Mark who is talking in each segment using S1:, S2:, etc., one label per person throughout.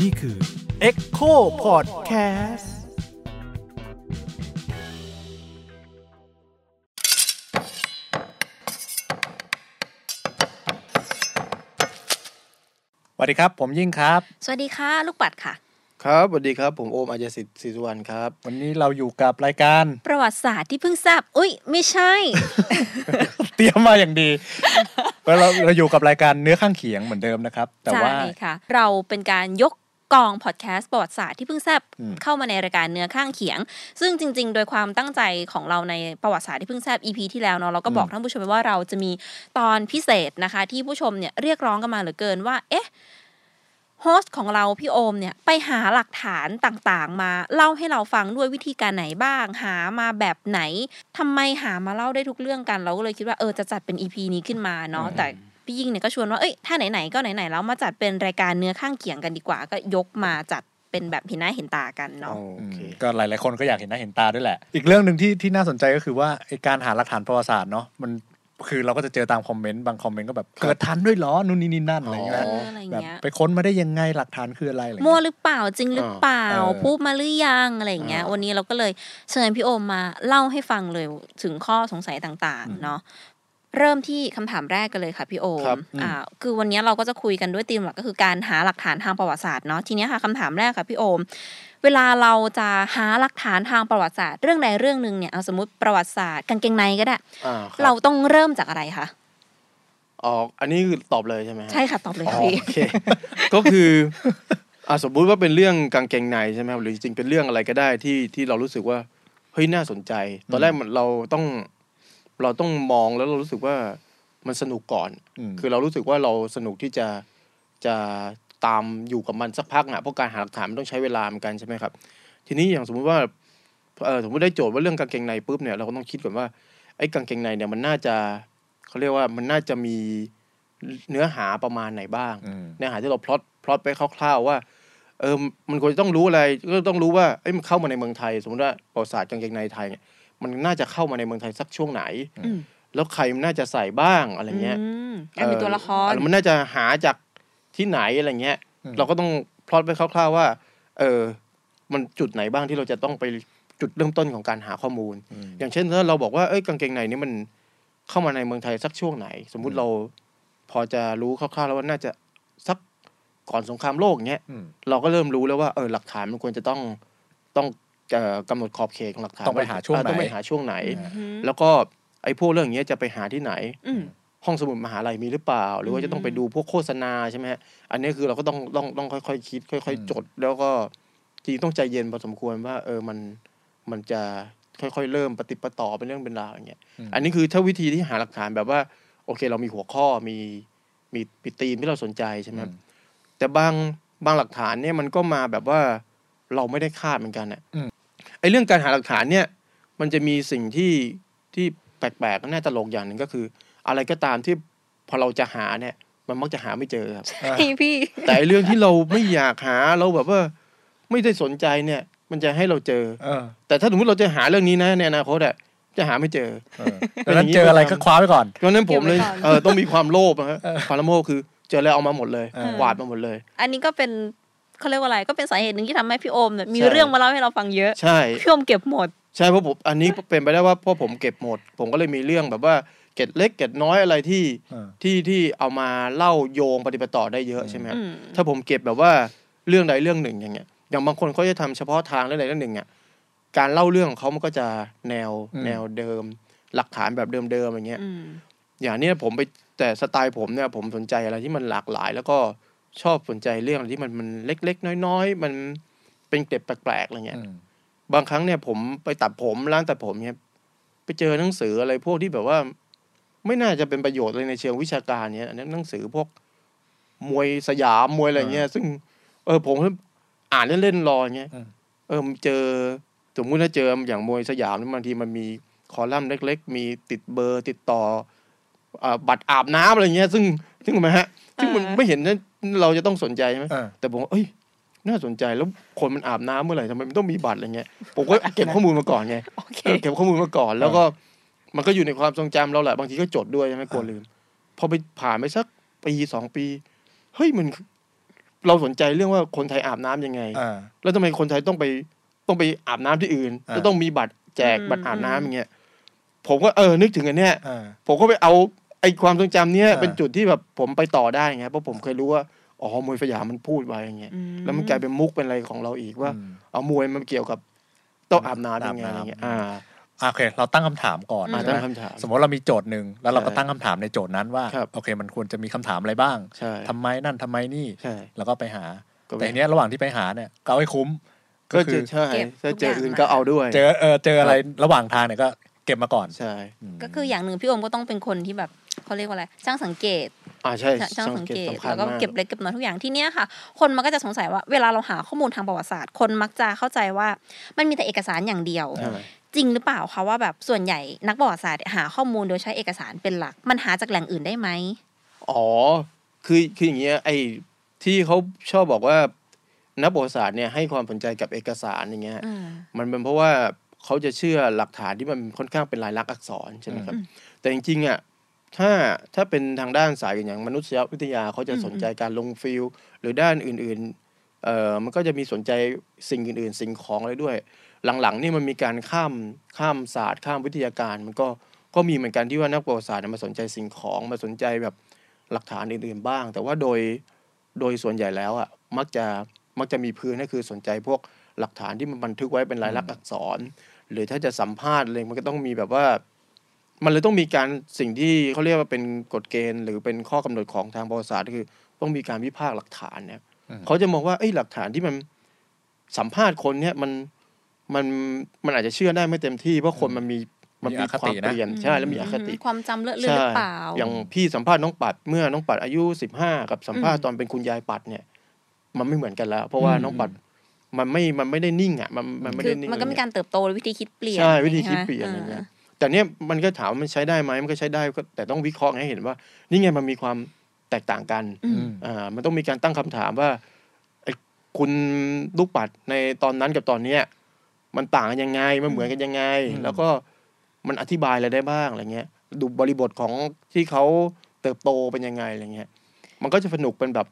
S1: นี่คือ
S2: Echo Podcast สวัสดีครับ ผมยิ่งครับ
S3: สวัสดีค่ะ ลูกปัดค่ะ
S4: ครับสวัสดีครับผมโอมอาจสิทธิ์ศรีสุวรรณครับ
S2: วันนี้เราอยู่กับรายการ
S3: ประวัติศาสตร์ที่เพิ่งทราบ อุ้ยไม่ใช่
S2: เตรียมมาอย่างดี แล้วเราเราอยู่กับรายการเนื้อข้างเขียงเหมือนเดิมนะครับ แต่
S3: ใช่
S2: ว่า
S3: ค่ะ เราเป็นการยกกองพอดแคสต์ประวัติศาสตร์ที่เพิ่งทราบ
S2: อืม
S3: เข้ามาในรายการเนื้อข้างเขียง ซึ่งจริง ๆ โดยความตั้งใจของเราในประวัติศาสตร์ที่เพิ่งทราบ EP ที่แล้วเนาะเราก็บอกท่านผู้ชมไปว่าเราจะมีตอนพิเศษนะคะ ที่ผู้ชมเนี่ยเรียกร้องกันมาเหลือเกินว่า เอ๊ะโฮสต์ของเราพี่โอมเนี่ยไปหาหลักฐานต่างๆ มาเล่าให้เราฟังด้วยวิธีการไหนบ้าง หามาแบบไหนทำไมหามาเล่าได้ทุกเรื่องกัน เราก็เลยคิดว่าเออจะจัดเป็น EP นี้ขึ้นมาเนาะแต่ พี่ยิ่งเนี่ยก็ชวนว่า เอ้ย ถ้าไหน ๆ ก็ไหน ๆ แล้วมาจัดเป็นรายการเนื้อข้างเคียงกันดีกว่า ก็ยกมาจัดเป็นแบบเห็นหน้าเห็นตากันเนาะ
S4: โอเค
S2: ก็หลาย ๆ คนก็อยากเห็นหน้าเห็นตาด้วยแหละ อีกเรื่องหนึ่งที่ที่น่าสนใจก็คือว่าไอ้การหาหลักฐานประวัติศาสตร์เนาะมันคือเราก็จะเจอตามคอมเมนต์บางคอมเมนต์ก็แบบ
S4: ครับ
S2: เกิดทันด้วยเหรอนู่นนี่นี่นั่นอะไรอย่างเงี้ย
S3: เอออะไรอย่าง
S2: แบบ
S3: เงี้ย
S2: ไปค้นมาได้ยังไงหลักฐานคืออะไรอะไรอย่าง
S3: มั่ว
S2: เงี้ย
S3: หรือเปล่าจริงหรือเปล่า
S2: เออ
S3: พูดมาหรือยังอะไรอย่างเงี้ย วันนี้เราก็เลยเชิญพี่โอมมาเล่าให้ฟังเลยถึงข้อสงสัยต่างๆ เนาะเริ่มที่คำถามแรกกันเลยค่ะพี่โอม
S4: ครับ
S3: อ่าคือวันนี้เราก็จะคุยกันด้วยธีมหลักก็คือการหาหลักฐานทางประวัติศาสตร์เนาะทีเนี้ยค่ะคำถามแรกค่ะพี่โอม เวลาเราจะหาหลักฐานทางประวัติศาสตร์เรื่องใดเรื่องหนึ่งเนี่ยเอาสมมติประวัติศาสตร์กางเกงในก็ได้
S4: อ่าคบ
S3: เราต้องเริ่มจากอะไรคะ
S4: อ๋ออันนี้คือตอบเลยใช่ไหมฮะ
S3: ใช่ค่ะตอบเลย
S4: อ๋อ
S3: ค่ะพี่
S4: โอเค ก็คืออ่าสมมุติว่าเป็นเรื่องกางเกงในใช่ไหมครับหรือจริงๆเป็นเรื่องอะไรก็ได้ที่ที่เรารู้สึกว่าเฮ้ยน่าสนใจ ตอนแรกมันเราต้องเราต้องมองแล้วเรารู้สึกว่ามันสนุกก่อน
S2: ม
S4: คือเรารู้สึกว่าเราสนุกที่จะจะตามอยู่กับมันสักพักนะเพราะการหาหลักฐานมันต้องใช้เวลาเหมือนกันใช่ไหมครับ ทีนี้อย่างสมมุติว่าเออสมมติได้โจทย์ว่าเรื่องกางเกงในปุ๊บเนี่ยเราก็ต้องคิดก่อนว่าไอ้กางเกงในเนี่ยมันน่าจะเขาเรียกว่ามันน่าจะมีเนื้อหาประมาณไหนบ้าง
S2: ม
S4: เนื้อหาที่เราพลอตพลอตไปคร่าวๆว่าเออมันควรจะต้องรู้อะไรก็ต้องรู้ว่าเอ้ยมันเข้ามาในเมืองไทย สมมติว่าประวัติศาสตร์กางเกงในไทยเนี่ยมันน่าจะเข้ามาในเมืองไทยสักช่วงไหน
S3: อืม
S4: แล้วใครมันน่าจะใส่บ้างอะไรเงี้ย
S3: อืมการเป็นตัวละคร
S4: เออมันน่าจะหาจากที่ไหนอะไรเงี้ย เราก็ต้องพลอตไปคร่าวๆว่า เออ มันจุดไหนบ้างที่เราจะต้องไปจุดเริ่มต้นของการหาข้อมูล
S2: อืม
S4: อย่างเช่นถ้าเราบอกว่าเอ้ยกางเกงในนี่มันเข้ามาในเมืองไทยสักช่วงไหน สมมุติเราพอจะรู้คร่าวๆแล้วว่าน่าจะสักก่อนสงครามโลกเงี้ย
S2: อืม
S4: เราก็เริ่มรู้แล้วว่าเออหลักฐานมันควรจะต้องต้องเอ่อกำหนดขอบเขตของหลักฐาน
S2: ต้องไปหาช่วงไหน
S4: เออต้องไปหาช่วงไหน
S3: อืม
S4: แล้วก็ไอ้พวกเรื่องอย่างเงี้ยจะไปหาที่ไหน
S3: อืม
S4: ห้องสมุดมหาลัยมีหรือเปล่า หรือว่าจะต้องไปดูพวกโฆษณาใช่ไหมฮะอันนี้คือเราก็ต้องต้องต้องค่อยๆคิด ค่อย
S2: อืม
S4: ๆ จด แล้วก็จริงต้องใจเย็นพอสมควรว่า เออมันมันจะค่อยๆเริ่มปฏิดปะต่อเป็นเรื่องเป็นราวอย่างเงี้ยอันนี้คือถ้าวิธีที่หาหลักฐานแบบว่า โอเค เรามีหัวข้อมีมีปีธีมที่เราสนใจใช่ไหมครับแต่บางบางหลักฐานเนี่ยมันก็มาแบบว่าเราไม่ได้คาดเหมือนกันอะ
S2: อืม
S4: ไอ้เรื่องการหาหลักฐานเนี่ย มันจะมีสิ่งที่ที่แปลกๆน่าตลกอย่างหนึ่งก็คือ อะไรก็ตามที่พอเราจะหาเนี่ย มันมักจะหาไม่เจอครับ
S2: อ่ะ
S3: พี่พี่
S4: แต่ไอ้เรื่องที่เราไม่อยากหาเราแบบว่าไม่ได้สนใจเนี่ย มันจะให้เราเจอ
S2: เออ
S4: แต่ถ้าสมมติเราจะหาเรื่องนี้นะในอนาคตอะจะหาไม่เจอ
S2: เออดังนั้นเจออะไรก็คว้าไว้ก่อน
S4: เพราะฉะนั้นผมเลย
S3: เก็บไว้ก่อน
S4: เออต้องมีความโลภนะฮะความโลภคือเจอแล้วเอามาหมดเลย
S2: เออ
S4: กวาดมาหมดเลย
S3: อันนี้ก็เป็นเขาเรียกว่าอะไรก็เป็นสาเหตุหนึ่งที่ทำให้พี่โอมเนี่ยมี
S4: ใช่
S3: เรื่องมาเล่าให้เราฟังเยอะ
S4: ใช่
S3: พี่โอมเก็บหมด
S4: ใช่เพราะผมอันนี้เป็นไปได้ว่าเพราะผมเก็บหมด ผมก็เลยมีเรื่องแบบว่าเก็ดเล็กเก็ดน้อยอะไรที่
S2: เออ
S4: ที่ที่เอามาเล่าโยงปฏิบัติต่อได้เยอะใช่ไหมครับ
S3: อืม
S4: ถ้าผมเก็บแบบว่าเรื่องใดเรื่องหนึ่งอย่างเงี้ยอย่างบางคนเขาจะทำเฉพาะทางเรื่องใดเรื่องหนึ่งอ่ะการเล่าเรื่องของเขามันก็จะแนว
S2: อืม
S4: แนวเดิม หลักฐานแบบเดิมๆอย่างเงี้ย
S3: อืม
S4: อย่างเนี้ยผมไปแต่สไตล์ผมเนี่ยผมสนใจอะไรที่มันหลากหลาย แล้วก็ชอบสนใจเรื่องอะไรที่มันมันเล็ก ๆ น้อย ๆ มันเป็นเกร็บแปลกๆอะไรเงี้ย
S2: อืม
S4: บางครั้งเนี่ยผมไปตัดผมร้านตัดผมเนี่ยไปเจอหนังสืออะไรพวกที่แบบว่า ไม่น่าจะเป็นประโยชน์เลยในเชิงวิชาการเนี่ยอันนั้นหนังสือพวกมวยสยามมวยอะไรเงี้ย ซึ่ง เออผมอ่านเล่นๆรออย่างเงี้ย
S2: อืม
S4: เออมันเจอสมมติถ้าเจออย่างมวยสยามเนี่ยบางทีมันมีคอลัมน์เล็ก ๆ มีติดเบอร์ติดต่อเอ่อบัตรอาบน้ำอะไรเงี้ย ซึ่งซึ่งมันฮะ ซึ่งมัน
S3: อ่า
S4: ไม่เห็นนะเราจะต้องสนใจใช่ไหม
S2: เออ
S4: แต่ผมว่าเอ้ย น่าสนใจ แล้วคนมันอาบน้ำเมื่อไหร่ทำไมมันต้องมีบัตรอะไรเงี้ย ผมก็เก็บข้อมูลมาก่อนไง
S3: โอเค
S4: เออเก็บข้อมูลมาก่อน แล้วก็มันก็อยู่ในความทรงจำเราแหละ บางทีก็จดด้วยใช่ไหมกลัวลืม พอไปผ่านไปสัก ปีสองปี เฮ้ยมันเราสนใจเรื่องว่าคนไทยอาบน้ำยังไง
S2: อ่า
S4: แล้วทำไมคนไทยต้องไปต้องไปอาบน้ำที่อื่น
S2: อ่า
S4: แล้วต้องมีบัตรแจก
S3: อืม
S4: บัตรอาบน้ำอย่างเงี้ยผมก็เออนึกถึงอันเนี้ย
S2: อ่า
S4: ผมก็ไปเอาไอความทรงจำเนี้ย
S2: อ่า
S4: เป็นจุดที่แบบผมไปต่อได้ไงเพราะผมเคยรู้ว่าอ๋อมวยสยามมันพูดไว้อย่างเงี้ย
S3: อื
S4: แล้วมันกลายเป็นมุกเป็นอะไรของเราอีกว่า
S2: อืม
S4: เอามวยมันเกี่ยวกับต้องอาบน้ำยังไง
S2: อาบน้ำ
S4: อะไรเงี้ยอ่า
S2: อ่ะโอเค เราตั้งคำถามก่อน
S4: อ่า
S2: ใช่
S4: ตั้
S2: ไห
S4: ง
S2: ม
S4: คำถาม
S2: สมมติเรามีโจทย์หนึ่งแล้วเราก็
S4: ใช่
S2: ตั้งคำถามในโจทย์นั้นว่า
S4: ครับ
S2: โอเค มันควรจะมีคำถามอะไรบ้าง
S4: ใช่
S2: ทำไมนั่นทำไมนี่
S4: ใช่
S2: แล้วก็ไปหา
S4: ก็
S2: แต่ทีเนี้ยระหว่างที่ไปหาเนี่ยก็เอาให้คุ้ม
S4: ก็
S2: ก็
S4: คื
S2: คือ อ
S4: ใช่ถ้าเจออื่นก็เอาด้วย
S2: เจอเออเจออะไรระหว่างทางเนี่ยก็เก็บมาก่อน
S4: ใช่
S2: ม
S3: ก็คืออย่างหนึ่งพี่โอมก็ต้องเป็นคนที่แบบเขาเรียกว่าอะไรช่างสังเกต
S4: อ่าใช่
S3: ช่างสังเกต
S4: สำคัญ
S3: แล้วก็
S4: มา
S3: เก็บเล็กเก็บน้อยทุกอย่างที่เนี้ยค่ะ คนมันก็จะสงสัยว่าเวลาเราหาข้อมูลทางประวัติศาสตร์ คนมักจะเข้าใจว่ามันมีแต่เอกสารอย่างเดียว
S4: ใช่
S3: จริงหรือเปล่าคะว่าแบบส่วนใหญ่นักประวัติศาสตร์หาข้อมูลโดยใช้เอกสารเป็นหลัก มันหาจากแหล่งอื่นได้ไหม
S4: อ๋อ คือ คืออย่างเงี้ย ไอ้ ที่เขาชอบบอกว่า นักประวัติศาสตร์เนี่ย ให้ความสนใจกับเอกสารอย่างเงี้ย มันเป็นเพราะว่าเขาจะเชื่อหลักฐานที่มันค่อนข้างเป็นลายลักษณ์อักษรใช่ไหมครับ
S3: อืม
S4: แต่จริงๆอ่ะ ถ้า ถ้าเป็นทางด้านสายอย่างมนุษยวิทยาเขาจะ
S3: อืม
S4: สนใจการลงฟิลหรือด้านอื่นๆ เอ่อ มันก็จะมีสนใจสิ่งอื่นๆ สิ่งของอะไรด้วย หลังๆนี่มันมีการข้าม ข้ามศาสตร์ ข้ามวิทยาการ มันก็ ก็มีเหมือนกันที่ว่านักประวัติศาสตร์เนี่ยมาสนใจสิ่งของ มาสนใจแบบ หลักฐานอื่นๆบ้าง แต่ว่าโดยโดยส่วนใหญ่แล้วอ่ะมักจะมักจะมีพื้นก็คือสนใจพวกหลักฐานที่มันบันทึกไว้เป็นลายลักษณ์อักษร หรือถ้าจะสัมภาษณ์อะไรมันก็ต้องมีแบบว่า มันเลยต้องมีการสิ่งที่เขาเรียกว่าเป็นกฎเกณฑ์ หรือเป็นข้อกำหนดของทางประวัติศาสตร์ก็คือ ต้องมีการวิพากษ์หลักฐานเนี่ยเขาจะมองว่าไอ้ยหลักฐานที่มันสัมภาษณ์คนเนี่ยมันมันมันอาจจะเชื่อได้ไม่เต็มที่เพราะคนมันมีมันมีความเปลี่ยนใช่แล้วมีอคติ
S3: ความจำเลอะเลือนหรือเปล่า
S4: ใช่อย่างพี่สัมภาษณ์น้องปัดเมื่อน้องปัดอายุสิบห้ากับสัมภาษณ์ตอนเป็นคุณยายปัดเนี่ย มันไม่เหมือนกันแล้ว เพราะว่าน้องปัดมันไม่มันไม่ได้นิ่งอ่ะมันมันไม่
S3: คื
S4: ได้
S3: อ
S4: นิ่ง
S3: มันก็มีการเติบโตและวิธีคิดเปลี่ยน
S4: ใช่วิธีคิดเปลี่ยน
S3: ใช่
S4: อะ
S3: ไหม
S4: ไรเงี้ยแต่เนี่ยมันก็ถามว่ามันใช้ได้ไหมมันก็ใช้ได้ก็แต่ต้องวิเคราะห์ให้เห็นว่า นี่ไงมันมีความแตกต่างกัน
S3: อืม
S4: อ่ามันต้องมีการตั้งคำถามว่าไอ้คุณลูกปัดในตอนนั้นกับตอนเนี้ยมันต่างกันยังไงมันเหมือนกันยังไง
S2: อืม
S4: แล้วก็มันอธิบายอะไรได้บ้างอะไรเงี้ย ดูบริบทของที่เขาเติบโตเป็นยังไงอะไรเงี้ย มันก็จะสนุกเป็นแบบ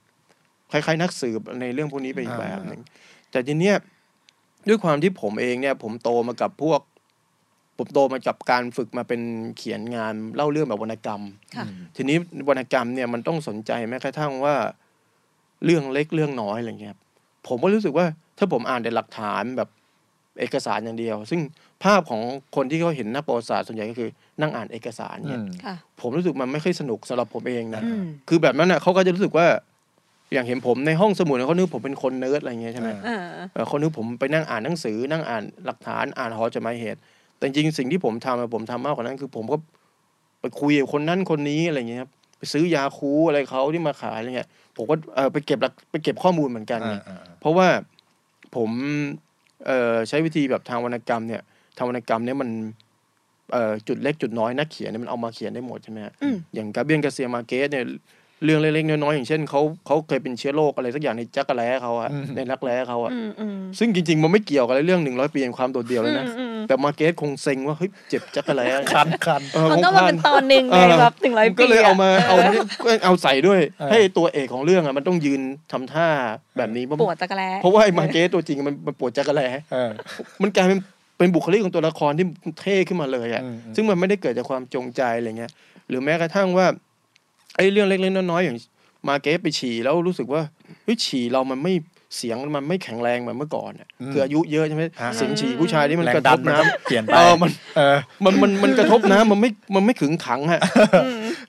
S4: คล้ายๆนักสืบในเรื่องพวกนี้ไปอีกแบบหนึ่งแต่ทีเนี้ยด้วยความที่ผมเองเนี่ย ผมโตมากับพวก ผมโตมากับการฝึกมาเป็นเขียนงานเล่าเรื่องแบบวรรณกรรม
S3: ค่ะ
S4: ทีนี้วรรณกรรมเนี่ยมันต้องสนใจแม้กระทั่งว่าเรื่องเล็กเรื่องน้อยอะไรเงี้ยครับผมก็รู้สึกว่าถ้าผมอ่านแต่หลักฐานแบบเอกสารอย่างเดียว ซึ่งภาพของคนที่เขาเห็นนักประวัติศาสตร์ส่วนใหญ่ก็คือนั่งอ่านเอกสาร
S2: อื
S4: เนี่ย
S2: ม
S3: ค่ะ
S4: ผมรู้สึกมันไม่ค่อยสนุกสำหรับผมเองนะ
S3: อืม
S4: คือแบบนั้นน่ะเขาก็จะรู้สึกว่าอย่างเห็นผมในห้องสมุดเขานึกผมเป็นคนเนิร์ดอะไรเงี้ยใช่ไหม
S2: อ่า
S3: เออ
S4: เอ่อคนนึงผมไปนั่งอ่านหนังสือนั่งอ่านหลักฐานอ่านหอจดหมายเหตุ แต่จริงๆสิ่งที่ผมทำอะผมทำมากกว่านั้น คือผมก็ไปคุยกับคนนั้นคนนี้อะไรอย่างเงี้ยครับไปซื้อยาคูอะไรเขาที่มาขายอะไรเงี้ยผมก็เอ่อไปเก็บหลักไปเก็บข้อมูลเหมือนกันไง
S2: อ่าอ่า
S4: เพราะว่าผมเอ่อใช้วิธีแบบทางวรรณกรรมเนี่ยทางวรรณกรรมเนี่ยมันเอ่อจุดเล็กจุดน้อยนักเขียนเนี่ยมันเอามาเขียนได้หมดใช่ไหมฮะ
S3: อืม
S4: อย่างกาเบียนกาเซียมาเกสเนี่ยเรื่องเล็กๆน้อยๆอย่างเช่นเขาเขาเคยเป็นเชื้อโรคอะไรสักอย่างในจักรแร้เขาอะในรักแร้เขาอะ
S3: อืมอืม
S4: ซึ่งจริงๆ มันไม่เกี่ยวกับเรื่องหนึ่งร้อยปีแห่งความโดดเดี่ยวเลยนะ
S3: อืมอืม
S4: แต่มาเกสคงเซ็งว่า เฮ้ย เจ็บจักอะไรอะ
S2: คันคัน
S4: เออ
S3: มัน
S4: ค
S3: ก็
S4: ง
S3: มัน
S4: พ
S3: เป็นต
S4: ลาด
S3: อนหนึ่ง
S4: เอ
S3: ใน
S4: อ
S3: แบบถึงร้อยปี
S4: ก็เลยเอามา
S3: ะ
S4: เอาเอาใส่ด้วย
S2: เออ
S4: ให้ตัวเอกของเรื่องอะมันต้องยืนทำท่าแบบนี้เพราะ
S3: ปวดตะกะแร้
S4: เพราะว่าไอ้มาเกสตัวจริงมันมันปวดจักอะไร
S2: เออ
S4: มันกลายเป็นเป็นบุคลิกของตัวละครที่เท่ขึ้นมาเลยอะ
S2: อืมอืม
S4: ซึ่งมันไม่ได้เกิดจากความจงใจอะไรเงี้ย หรือแม้กระทั่งว่าไอ้เรื่องเล็กๆน้อยๆอย่างมาเกสไปฉี่แล้วรู้สึกว่าเฮ้ยฉี่เรามันไม่เสียงมันไม่แข็งแรงเหมือนเมื่อก่อนอะ
S2: อืม
S4: คืออายุเยอะใช่ไหม
S2: ฮะ
S4: เสียงฉี่ผู้ชายนี่มัน
S2: แรง
S4: กระ
S2: ดั
S4: ท
S2: น
S4: บ
S2: มัน
S4: น้ำ
S2: ก็เปลี่ยนไป
S4: เออมัน
S2: เออ
S4: มันมันมันกระทบน้ำมันไม่มันไม่ขึงขังฮะ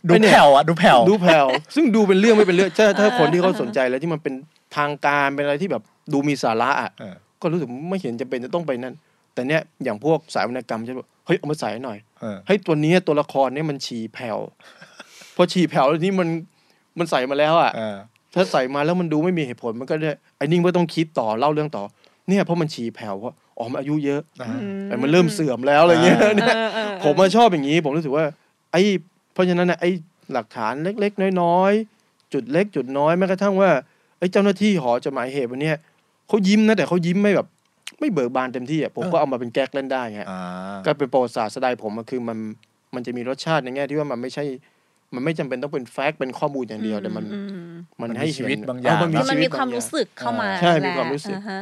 S2: ดู
S4: ไอ้เนี่ย
S2: แผ่วอ่ะดูแผ่ว
S4: ดูแผ่วซึ่งดูเป็นเรื่องไม่เป็นเรื่องถ้าถ้าคนที่เขาสนใจแล้วที่มันเป็นทางการเป็นอะไรที่แบบดูมีสาระอ่ะ
S2: เออ
S4: ก็รู้สึกไม่เห็นจะเป็นจะต้องไปนั่น แต่เนี้ยอย่างพวกสายวรรณกรรมจะบอกเฮ้ยเอามาใส่หน่อย
S2: เออ
S4: ให้ยตัวเนี้ยตัวละครเนี้ยมันฉี่แผ่วพอฉี่แผ่วแล้วนี่มันมันใส่มาแล้วอ่ะ
S2: เออ
S4: ถ้าใส่มาแล้วมันดูไม่มีเหตุผลมันก็เนี่ยไอ้นิ่งก็ต้องคิดต่อเล่าเรื่องต่อ เนี่ยเพราะมันฉี่แผ่วเพราะอ๋อมันอายุเยอะไอ้มันเริ่มเสื่อมแล้วอะไรเงี้ย
S2: อ่า
S4: เนี่ย
S3: เออเออ
S4: ผมมาชอบอย่างนี้ ผมรู้สึกว่า ไอ้เพราะฉะนั้นนะไอ้หลักฐานเล็ก ๆ น้อยๆจุดเล็กจุดน้อยแม้กระทั่งว่าไอ้เจ้าหน้าที่หอจดหมายเหตุวันเนี้ยเขายิ้มนะแต่เขายิ้มไม่แบบ ไม่เบิกบานเต็มที่อ่ะผมก็เอามาเป็นแก๊กเล่นได้ไง
S2: อ่า
S4: ก็เป็นประวัติศาสตร์สไตล์ผมมันคือมันมันจะมีรสชาติในแง่ที่ว่ามันไม่ใช่ มันไม่จำเป็นต้องเป็นแฟกต์เป็นข้อมูลอย่างเดียวแต่มัน
S3: อืม
S4: มัน
S2: มันมี
S4: ให้เห็น
S2: ชีวิตบางอย่าง
S4: เ
S3: คือมันมี
S4: ชีต
S3: ความ
S4: บงอย่
S3: รู้
S4: ง
S3: สึกเข้ามา
S4: ใช่มี
S3: แล้
S4: ความรู้สึก
S3: อ่ฮะ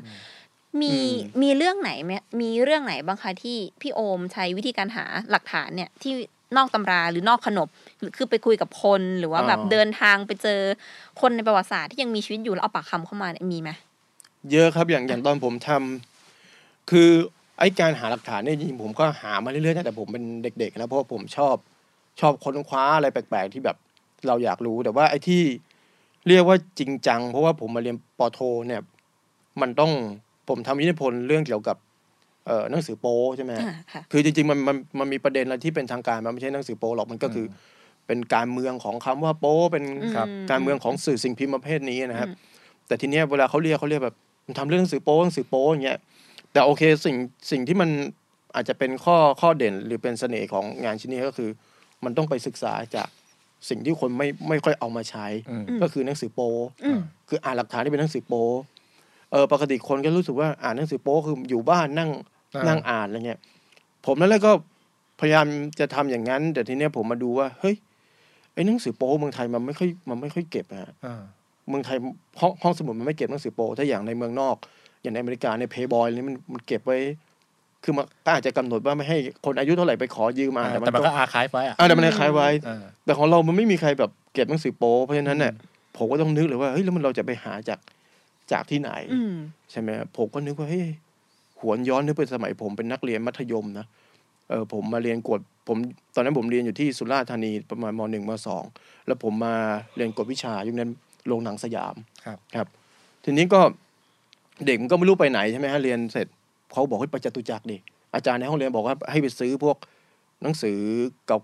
S3: มีมีเรื่องไหนไหมมีเรื่องไหนบ้างคะที่พี่โอมใช้วิธีการหาหลักฐานเนี่ยที่นอกตำราหรือนอกขนบหรือคือไปคุยกับคนหรือว่า
S4: อ๋อ
S3: แบบเดินทางไปเจอคนในประวัติศาสตร์ที่ยังมีชีวิตอยู่แล้วเอาปากคำเข้ามาเนี่ยมีไหม
S4: เยอะครับอย่างอย่างตอนผมทำคือไอ้การหาหลักฐานเนี่ยจริงๆผมก็หามาเรื่อยๆตั้งแต่ผมเป็นเด็กๆนะเพราะว่าผมชอบชอบค้นคว้าอะไรแปลกๆ ที่แบบเราอยากรู้แต่ว่าไอ้ที่เรียกว่าจริงจัง เพราะว่าผมมาเรียนปอโท เนี่ย มันต้องผมทำวิทยพนธ์เรื่องเกี่ยวกับเอ่อหนังสือโป๊ใช่ไหม
S3: อ่าค่ะ
S4: คือจริงๆมันมันมันมีประเด็นอะไรที่เป็นทางการมันไม่ใช่หนังสือโป๊หรอกมันก็คืออเป็นการเมืองของคำว่าโป๊เป็น
S2: ครับ
S4: การเมืองของสื่อสิ่งพิมพ์ประเภทนี้นะครับ แต่ทีเนี้ยเวลาเขาเรียกเขาเรียกแบบมันทำเรื่องหนังสือโป๊หนังสือโป๊อย่างเงี้ยแต่โอเคสิ่งสิ่งที่มันอาจจะเป็นข้อข้อเด่นหรือเป็นเสน่ห์ของงานชิ้นนี้ก็คือ มันต้องไปศึกษาจากสิ่งที่คนไม่ไม่ค่อยเอามาใช้
S2: อืม
S4: ก็คือหนังสือโป๊
S3: อืม
S4: คืออ่านหลักฐานที่เป็นหนังสือโป๊เออปกติคนก็รู้สึกว่าอ่านหนังสือโป๊คืออยู่บ้านนั่ง
S2: อ่า
S4: นั่งอ่านอะไรเงี้ย ผมนั่นแหละก็พยายามจะทำอย่างนั้น แต่ทีเนี้ยผมมาดูว่าเฮ้ยไอ้หนังสือโป๊เมืองไทยมันไม่ค่อยมันไม่ค่อยเก็บอะฮะ
S2: อ่า
S4: เมืองไทยห้องห้องสมุดมันไม่เก็บหนังสือโป๊ถ้าอย่างในเมืองนอก อย่างในอเมริกาในเพย์บอยนี่มันมันเก็บไว้ คือมันก็อาจจะกำหนดว่าไม่ให้คนอายุเท่าไหร่ไปขอยืมมาแต่มัน
S2: แต่มัน
S4: ก็
S2: ก็อาร์คายไว้อ่ะ
S4: อ่าแต่มันคล้ายไว้
S2: อ่า
S4: แต่ของเรามันไม่มีใครแบบเก็บหนังสือโป๊เพราะฉะนั้นเนี่ยผมก็ต้องนึกเลยว่าเฮ้ยแล้วมันเราจะไปหาจากจากที่ไหน
S3: อืม
S4: ใช่ไหมครับผมก็นึกว่าเฮ้ยหวนย้อนนึกไปสมัยผมเป็นนักเรียนมัธยมนะเออผมมาเรียนกวดผมตอนนั้นผมเรียนอยู่ที่สุราษฎร์ธานีประมาณมหนึ่งมสองแล้วผมมาเรียนกวดวิชายุคนั้นโรงหนังสยาม
S2: ครับ
S4: ครับ ทีนี้ก็เด็กมันก็ไม่รู้ไปไหนใช่ไหมฮะเรียนเสร็จเขาบอกให้ไปจตุจักรดิอาจารย์ในห้องเรียนบอกว่าให้ไปซื้อพวกหนังสือ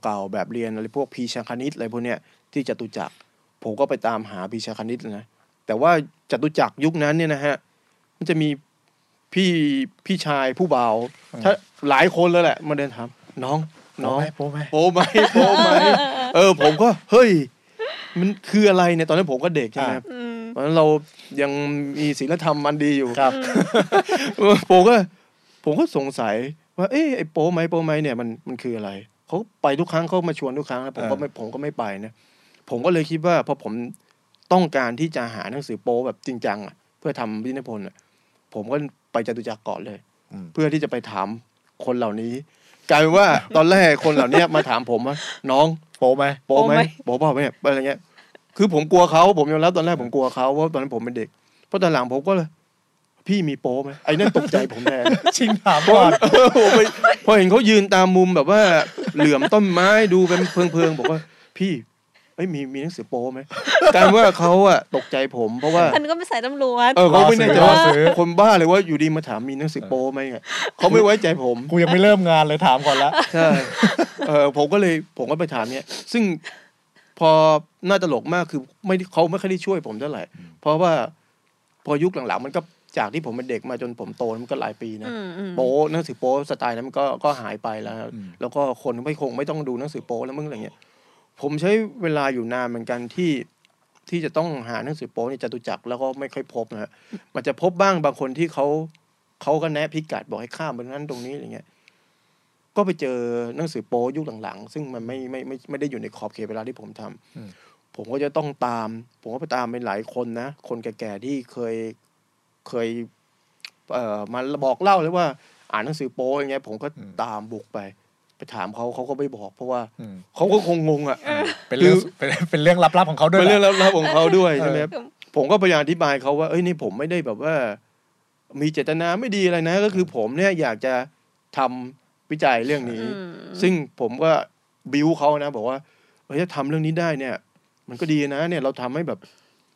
S4: เก่าๆแบบเรียนอะไรพวกพีชาคณิตอะไรพวกเนี้ยที่จตุจักรผมก็ไปตามหาพีชาคณิตนะแต่ว่าจตุจักรยุคนั้นเนี่ยนะฮะ มันจะมีพี่พี่ชายผู้บ่าวถ้าหลายคนเลยแหละ มาเดินถามน้อง
S2: โป๊
S4: น้อง
S2: ไหมโป๊ไหม
S4: โป ไหมโปไหมเออ ผมก็ เฮ้ย มันคืออะไรเนี่ยตอนนั้นผมก็เด็กใช่ไหม
S2: อ่า
S3: อืม
S4: ตอนนั้นเรายังมีศีลธรรมมันดีอยู่
S2: ครับ
S4: ผมก็ผมก็สงสัยว่า เอ๊ะไอ้โป้ไหมโป้ไหมเนี่ยมันมันคืออะไรเขาไปทุกครั้งเขามาชวนทุกครั้งแล้วผมก็
S2: อ่า
S4: ไม่ผมก็ไม่ไปนะผมก็เลยคิดว่าพอผมต้องการที่จะหาหนังสือโป้แบบจริงจังอะเพื่อทำพิธีพลอะผมก็ไปจตุจักรก่อนเลย
S2: อืม
S4: เพื่อที่จะไปถามคนเหล่านี้กลายเป็นว่า ตอนแรกคนเหล่านี้มาถามผมว่าน้อง
S2: โป๊ไหม
S4: โป้ไหม
S3: โป๊ไหม
S4: โป้เปล่าไหมอะไรเงี้ย คือผมกลัวเขาผมยอมรับตอนแรกผมกลัวเขาเพราะตอนนั้นผมเป็นเด็กเพราะตอนหลังผมก็เลยพี่มีโป้ไหมไอ้นั่นตกใจผมแท น
S2: ชิงถามก่อน
S4: เออผมไปพ อเห็นเขายืนตามมุมแบบว่า เหลื่อมต้นไม้ดูเป็นเพลิงๆบอกว่า พี่เอ้ยมีมีหนังสือโป้ไหมกลารว่าเขาอะตกใจผมเพราะว่า
S3: มันก็ไม่ใส่ตำรวจ
S4: เออเขาไม่แน่ใจ
S2: รอ
S4: ว่า
S2: ซื้อ
S4: คนบ้าเลยว่าอยู่ดีมาถามมีหนังสือโป้ไหมไงเขาไม่ไว้ใจผม
S2: กูยังไม่เริ่มงานเลยถามก่อนละ
S4: ใช่เออผมก็เลยผมก็ไปถามเนี่ย ซึ่งพอน่าตลกมากคือไม่ได้เขาไม่ค่อยได้ช่วยผมเท่าไหร่เพราะว่าพอยุคหลังๆ มันก็จากที่ผมเป็นเด็กมาจนผมโตมันก็หลายปีนะ
S3: อืมอืม
S4: โป๊หนังสือโป๊สไตล์นั้นมันก็ก็หายไปแล้ว
S2: อืม
S4: แล้วก็คนไม่คงไม่ต้องดูหนังสือโป๊แล้วมึงอะไรเงี้ย ผมใช้เวลาอยู่นานเหมือนกันที่ที่จะต้องหาหนังสือโป๊ในจตุจักรแล้วก็ไม่ค่อยพบนะฮะมันจะพบบ้างบางคนที่เขาเขาก็แนะพิกัดบอกให้ข้ามไปนั้นตรงนี้อะไรเงี้ย ก็ไปเจอหนังสือโป๊ยุคหลังๆ ซึ่งมันไม่ไม่ไม่ไม่ได้อยู่ในขอบเขตเวลาที่ผมทำผมก็จะต้องตาม ผมก็ไปตามไปหลายคนนะ คนแก่ๆที่เคยเคย เอ่อมาบอกเล่าเลยว่า อ่านหนังสือโป๊อย่างเงี้ยผมก็
S2: อืม
S4: ตามบุกไป ไปถามเขาเขาก็ไม่บอก เพราะว่า
S2: อืม
S4: เขาก็คงงงอ่ะ
S2: เป็นเรื่อง
S4: คือ
S2: เป็นเป็นเรื่องลับๆของเขาด้วย
S4: เป็นเรื่อง
S2: แหละ
S4: ลับๆของเขาด้วย
S2: เออ
S4: ใช่ไหมครับผมก็พยายามอธิบายเขาว่าเอ้ยนี่ผมไม่ได้แบบว่า มีเจตนาไม่ดีอะไรนะ ก็คือผมเนี่ยอยากจะทำวิจัยเรื่องนี้
S3: อืม
S4: ซึ่งผมก็บิวเขานะ บอกว่าเฮ้ยถ้าทำเรื่องนี้ได้เนี่ย มันก็ดีนะ เนี่ยเราทำให้แบบ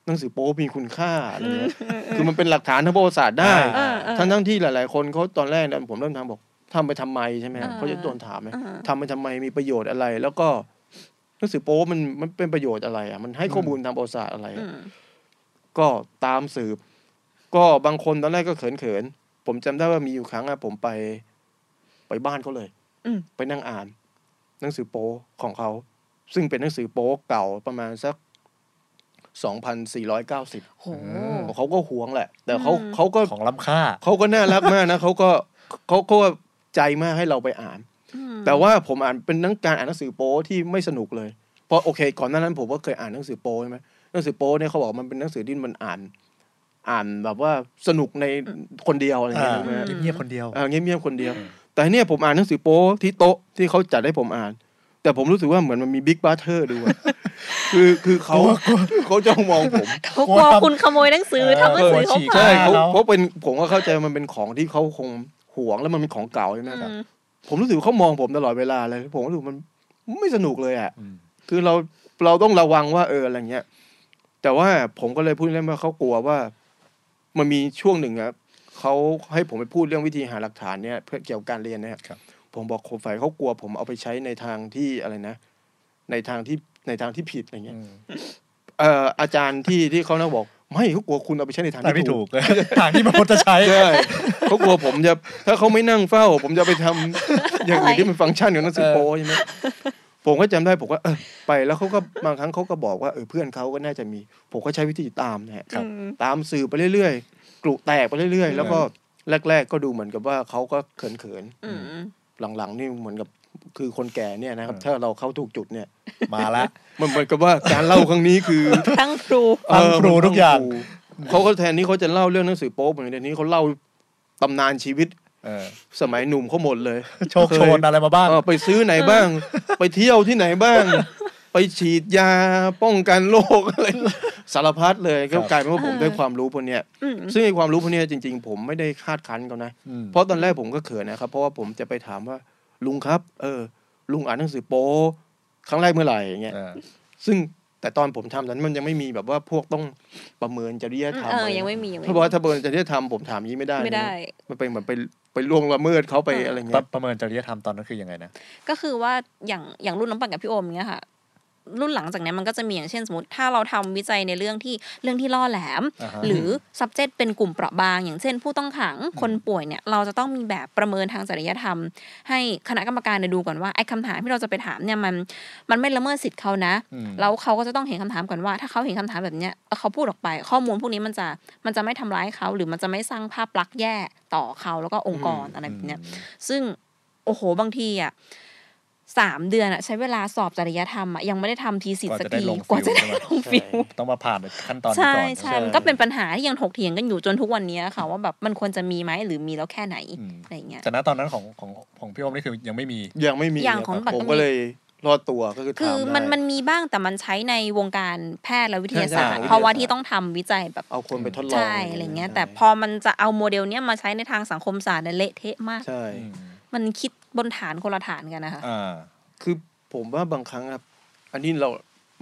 S4: หนังสือโป๊มีคุณค่าอะไรเงี้ยคือมันเป็นหลักฐานทางประวัติศาสตร์ได้
S3: เออเออ
S4: ทั้งทั้งๆที่หลาย ๆ คนเขาตอนแรกเนี่ยผมเริ่มทำบอกทำไปทำไมใช่ไหม
S3: อ่า
S4: เขาจะโดนถามไหม
S3: อ่า
S4: ทำไปทำไมมีประโยชน์อะไร แล้วก็หนังสือโป๊มันมันเป็นประโยชน์อะไรอ่ะมันให้ข้อมูลทางประวัติศาสตร์อะไร
S3: อืม
S4: อ่ะก็ตามสืบ ก็บางคนตอนแรกก็เขินๆผมจำได้ว่ามีอยู่ครั้งอะผมไป ไปบ้านเขาเลย
S3: อืม
S4: ไปนั่งอ่าน หนังสือโป๊ของเขา ซึ่งเป็นหนังสือโป๊เก่าประมาณสักสองพันสี่ร้อยเก้าสิบ
S3: โห
S4: เขาก็หวงแหละ แต่เขา
S3: อืม
S4: เขาก็
S2: ของล้ำค่า
S4: เขาก็น่ารักมากนะเขาก็เขาเขาก็ใจมากให้เราไปอ่าน
S3: อืม
S4: แต่ว่าผมอ่านเป็นนังการอ่านหนังสือโป๊ที่ไม่สนุกเลย เพราะโอเค ก่อนหน้านั้นผมก็เคยอ่านหนังสือโป้ใช่ไหมหนังสือโป้เนี่ยเขาบอกมันเป็นหนังสือที่มันอ่าน อ่านแบบว่าสนุกในคนเดียวอะไรอย่าง
S2: อ่า
S4: เงี้ยใช่ไหมฮะ
S2: เงียบๆคนเดียว
S4: เออเงียบๆคนเดียว แต่เนี่ยผมอ่านหนังสือโป๊ที่โต๊ะที่เขาจัดให้ผมอ่าน แต่ผมรู้สึกว่าเหมือนมันมีบิ๊กบัตเตอร์ด้วย คือคือเขาเขาจ้องมองผม
S3: เขากลัวคุณขโมยหนังสือทำหนังสือเขา
S2: ใช่
S4: ใช่
S3: พัง
S4: เขา
S2: แล้ว
S4: เพราะเป็นผมก็เข้าใจว่ามันเป็นของที่เขาคงหวงแล้วมันเป็นของเก่าใช่ไหมครับ
S3: อืม
S4: ผมรู้สึกว่าเขามองผมตลอดเวลาเลย ผมรู้สึกมันไม่สนุกเลยอ่ะ
S2: อืม
S4: คือเราเราต้องระวังว่าเอออะไรเงี้ย แต่ว่าผมก็เลยพูดเล่นว่าเขากลัวว่า มันมีช่วงหนึ่งครับเขาให้ผมไปพูดเรื่องวิธีหาหลักฐานเนี่ยเพื่อเกี่ยวกับการเรียนนะครับ ผมบอกคนฝ่ายเขากลัว ผมเอาไปใช้ในทางที่อะไรนะ ในทางที่ในทางที่ผิดอะไรเงี้ย
S2: อืม
S4: เอ่ออาจารย์ที่ที่เขานะบอก ไม่เขากลัวคุณเอาไปใช้ในทาง
S2: แต่ไม่
S4: ที่ถู
S2: ถู
S4: ก
S2: กเลยทางที่มันควรจะใช้
S4: ใช่เขากลัวผมจะถ้าเขาไม่นั่งเฝ้า ผมจะไปทำ อย่างอื่นที่มันฟังก์ชันของหนังสือโป้ใช่ไหมผมก็จำได้ผมก็เออไปแล้วเขาก็บางครั้งเขาก็บอกว่าเออเพื่อนเขาก็น่าจะมี ผมก็ใช้วิธีตามนะฮะ
S2: ครับ
S3: อืม
S4: ตามสื่อไปเรื่อยๆกลุแตกไปเรื่อยๆ แล้วก็แรก ๆ ก็ดูเหมือนกับว่าเขาก็เขิน
S3: อืม
S4: ๆหลังๆ นี่เหมือนกับคือคนแก่เนี่ยนะครับ ถ้าเราเข้าถูกจุดเนี่ย
S2: มาละ
S4: มันเหมือนกับว่าการเล่าครั้งนี้ คือ
S3: ตั้งครู
S2: ฟังครูทุกอย่าง
S4: เขาก็แทนที่เขาจะเล่าเรื่องหนังสือโป๊เหมือนเดี๋ยวนี้เขาเล่าตำนานชีวิต
S2: เออ
S4: สมัยหนุ่มเขาหมดเลย
S2: โชคโชนอะไรมาบ้าง
S4: เออไปซื้อไหนบ้าง ไปเที่ยวที่ไหนบ้าง ไปฉีดยาป้องกันโรคอะไรสารพัดเลยก็กลายเป็นว่าผมได้ความรู้พวกเนี้ย
S3: อืม
S4: ซึ่งไอ้ความรู้พวกเนี้ยจริง ๆ ผมไม่ได้คาดคั้นเขานะ
S2: ม
S4: เพราะตอนแรกผมก็เขินนะครับ เพราะว่าผมจะไปถามว่าลุงครับ เออ ลุงอ่านหนังสือโป๊ครั้งแรกเมื่อไหร่อย่างเงี้ย
S2: เออ
S4: ซึ่งแต่ตอนผมทำนั้นมันยังไม่มีแบบว่าพวกต้องประเมินจริยธรรม
S3: เออ
S4: อะไร
S3: ยังไม่มียังไม่
S4: เพราะว่าถ้าประเมินจริยธรรมผมถามอยางนี้ไม่ได้
S3: ไม่ได้
S4: นะมันเป็นเหมือนไปไปล่วงละเมิดเขาไป
S3: เอออ
S4: อะไรเงี้
S2: ประ
S4: ย
S2: ประเมินจริยธรรมตอนนั้นคือยังไงนะ
S3: ก็คือว่าอย่างอย่างรุ่นน้ำปั่นกับพี่โอมเงี้ยค่ะ รุ่นหลังจากเนี้ยมันก็จะมีอย่างเช่นสมมติ ถ้าเราทำวิจัยในเรื่องที่เรื่องที่ล่อแหลม
S2: อ่าฮะ
S3: หรือ subject เป็นกลุ่มเปราะบาง อย่างเช่น ผู้ต้องขังคนป่วยเนี่ย เราจะต้องมีแบบประเมินทางจริยธรรม ให้คณะกรรมการเนี่ยดูก่อนว่าไอ้คำถามที่เราจะไปถามเนี่ยมันมันไม่ละเมิดสิทธิ์เขานะ
S2: อืม
S3: แล้วเขาก็จะต้องเห็นคำถามก่อนว่า ถ้าเขาเห็นคำถามแบบเนี้ยเอ่อเขาพูดออกไปข้อมูลพวกนี้มันจะมันจะไม่ทำร้ายเขาหรือมันจะไม่สร้างภาพลักษณ์แย่ต่อเขาแล้วก็องค์กรอะไรแบบเนี้ย ซึ่งโอ้โหบางทีอ่ะสามเดือนอ่ะ ใช้เวลาสอบจริยธรรมอ่ะยังไม่ได้ทำทีสิท
S2: กว่า
S3: ธิ์สัก
S2: จะได้
S3: ที
S2: ลง
S3: กว่าจะได้
S2: ฟิล
S3: ลงฟิล
S2: ต้องมาผ่านขั้นตอนนี้
S3: ใช่
S2: ก่อน
S3: ใช่มันก็เป็นปัญหาที่ยังถกเถียงกันอยู่จนทุกวันนี้ค่ะ ว่าแบบมันควรจะมีไหมหรือมีแล้วแค่ไหน
S2: อืม
S3: อะไรเงี้ย
S2: แต่ณตอนนั้นของของของพี่โอมนี่คือยังไม่มี
S4: ยังไม่มี
S3: อย่างของ
S4: นะครับผม
S3: ปัตตานี
S4: ก็เลยรอดตัวก็คือ
S3: คือ
S4: ถาม
S3: มัน
S4: ได้
S3: มันมีบ้างแต่มันใช้ในวงการแพทย์และวิทยาศาสตร์
S4: ใช่ใช่
S3: เพราะว่าที่ต้องทำวิจัยแบบ
S4: เอาคนไปทดลอง
S3: ใช่อะไรเงี้ย แต่พอมันจะเอาโมเดลเนี้ยมาใช้ในทางสังคมศาสตร์เนี่ยเละเทะมาก
S4: ใช่
S2: อืม
S3: มันคิดบนฐานคนละฐานกันนะคะ
S2: อ่า
S4: คือผมว่าบางครั้งครับ อันนี้เรา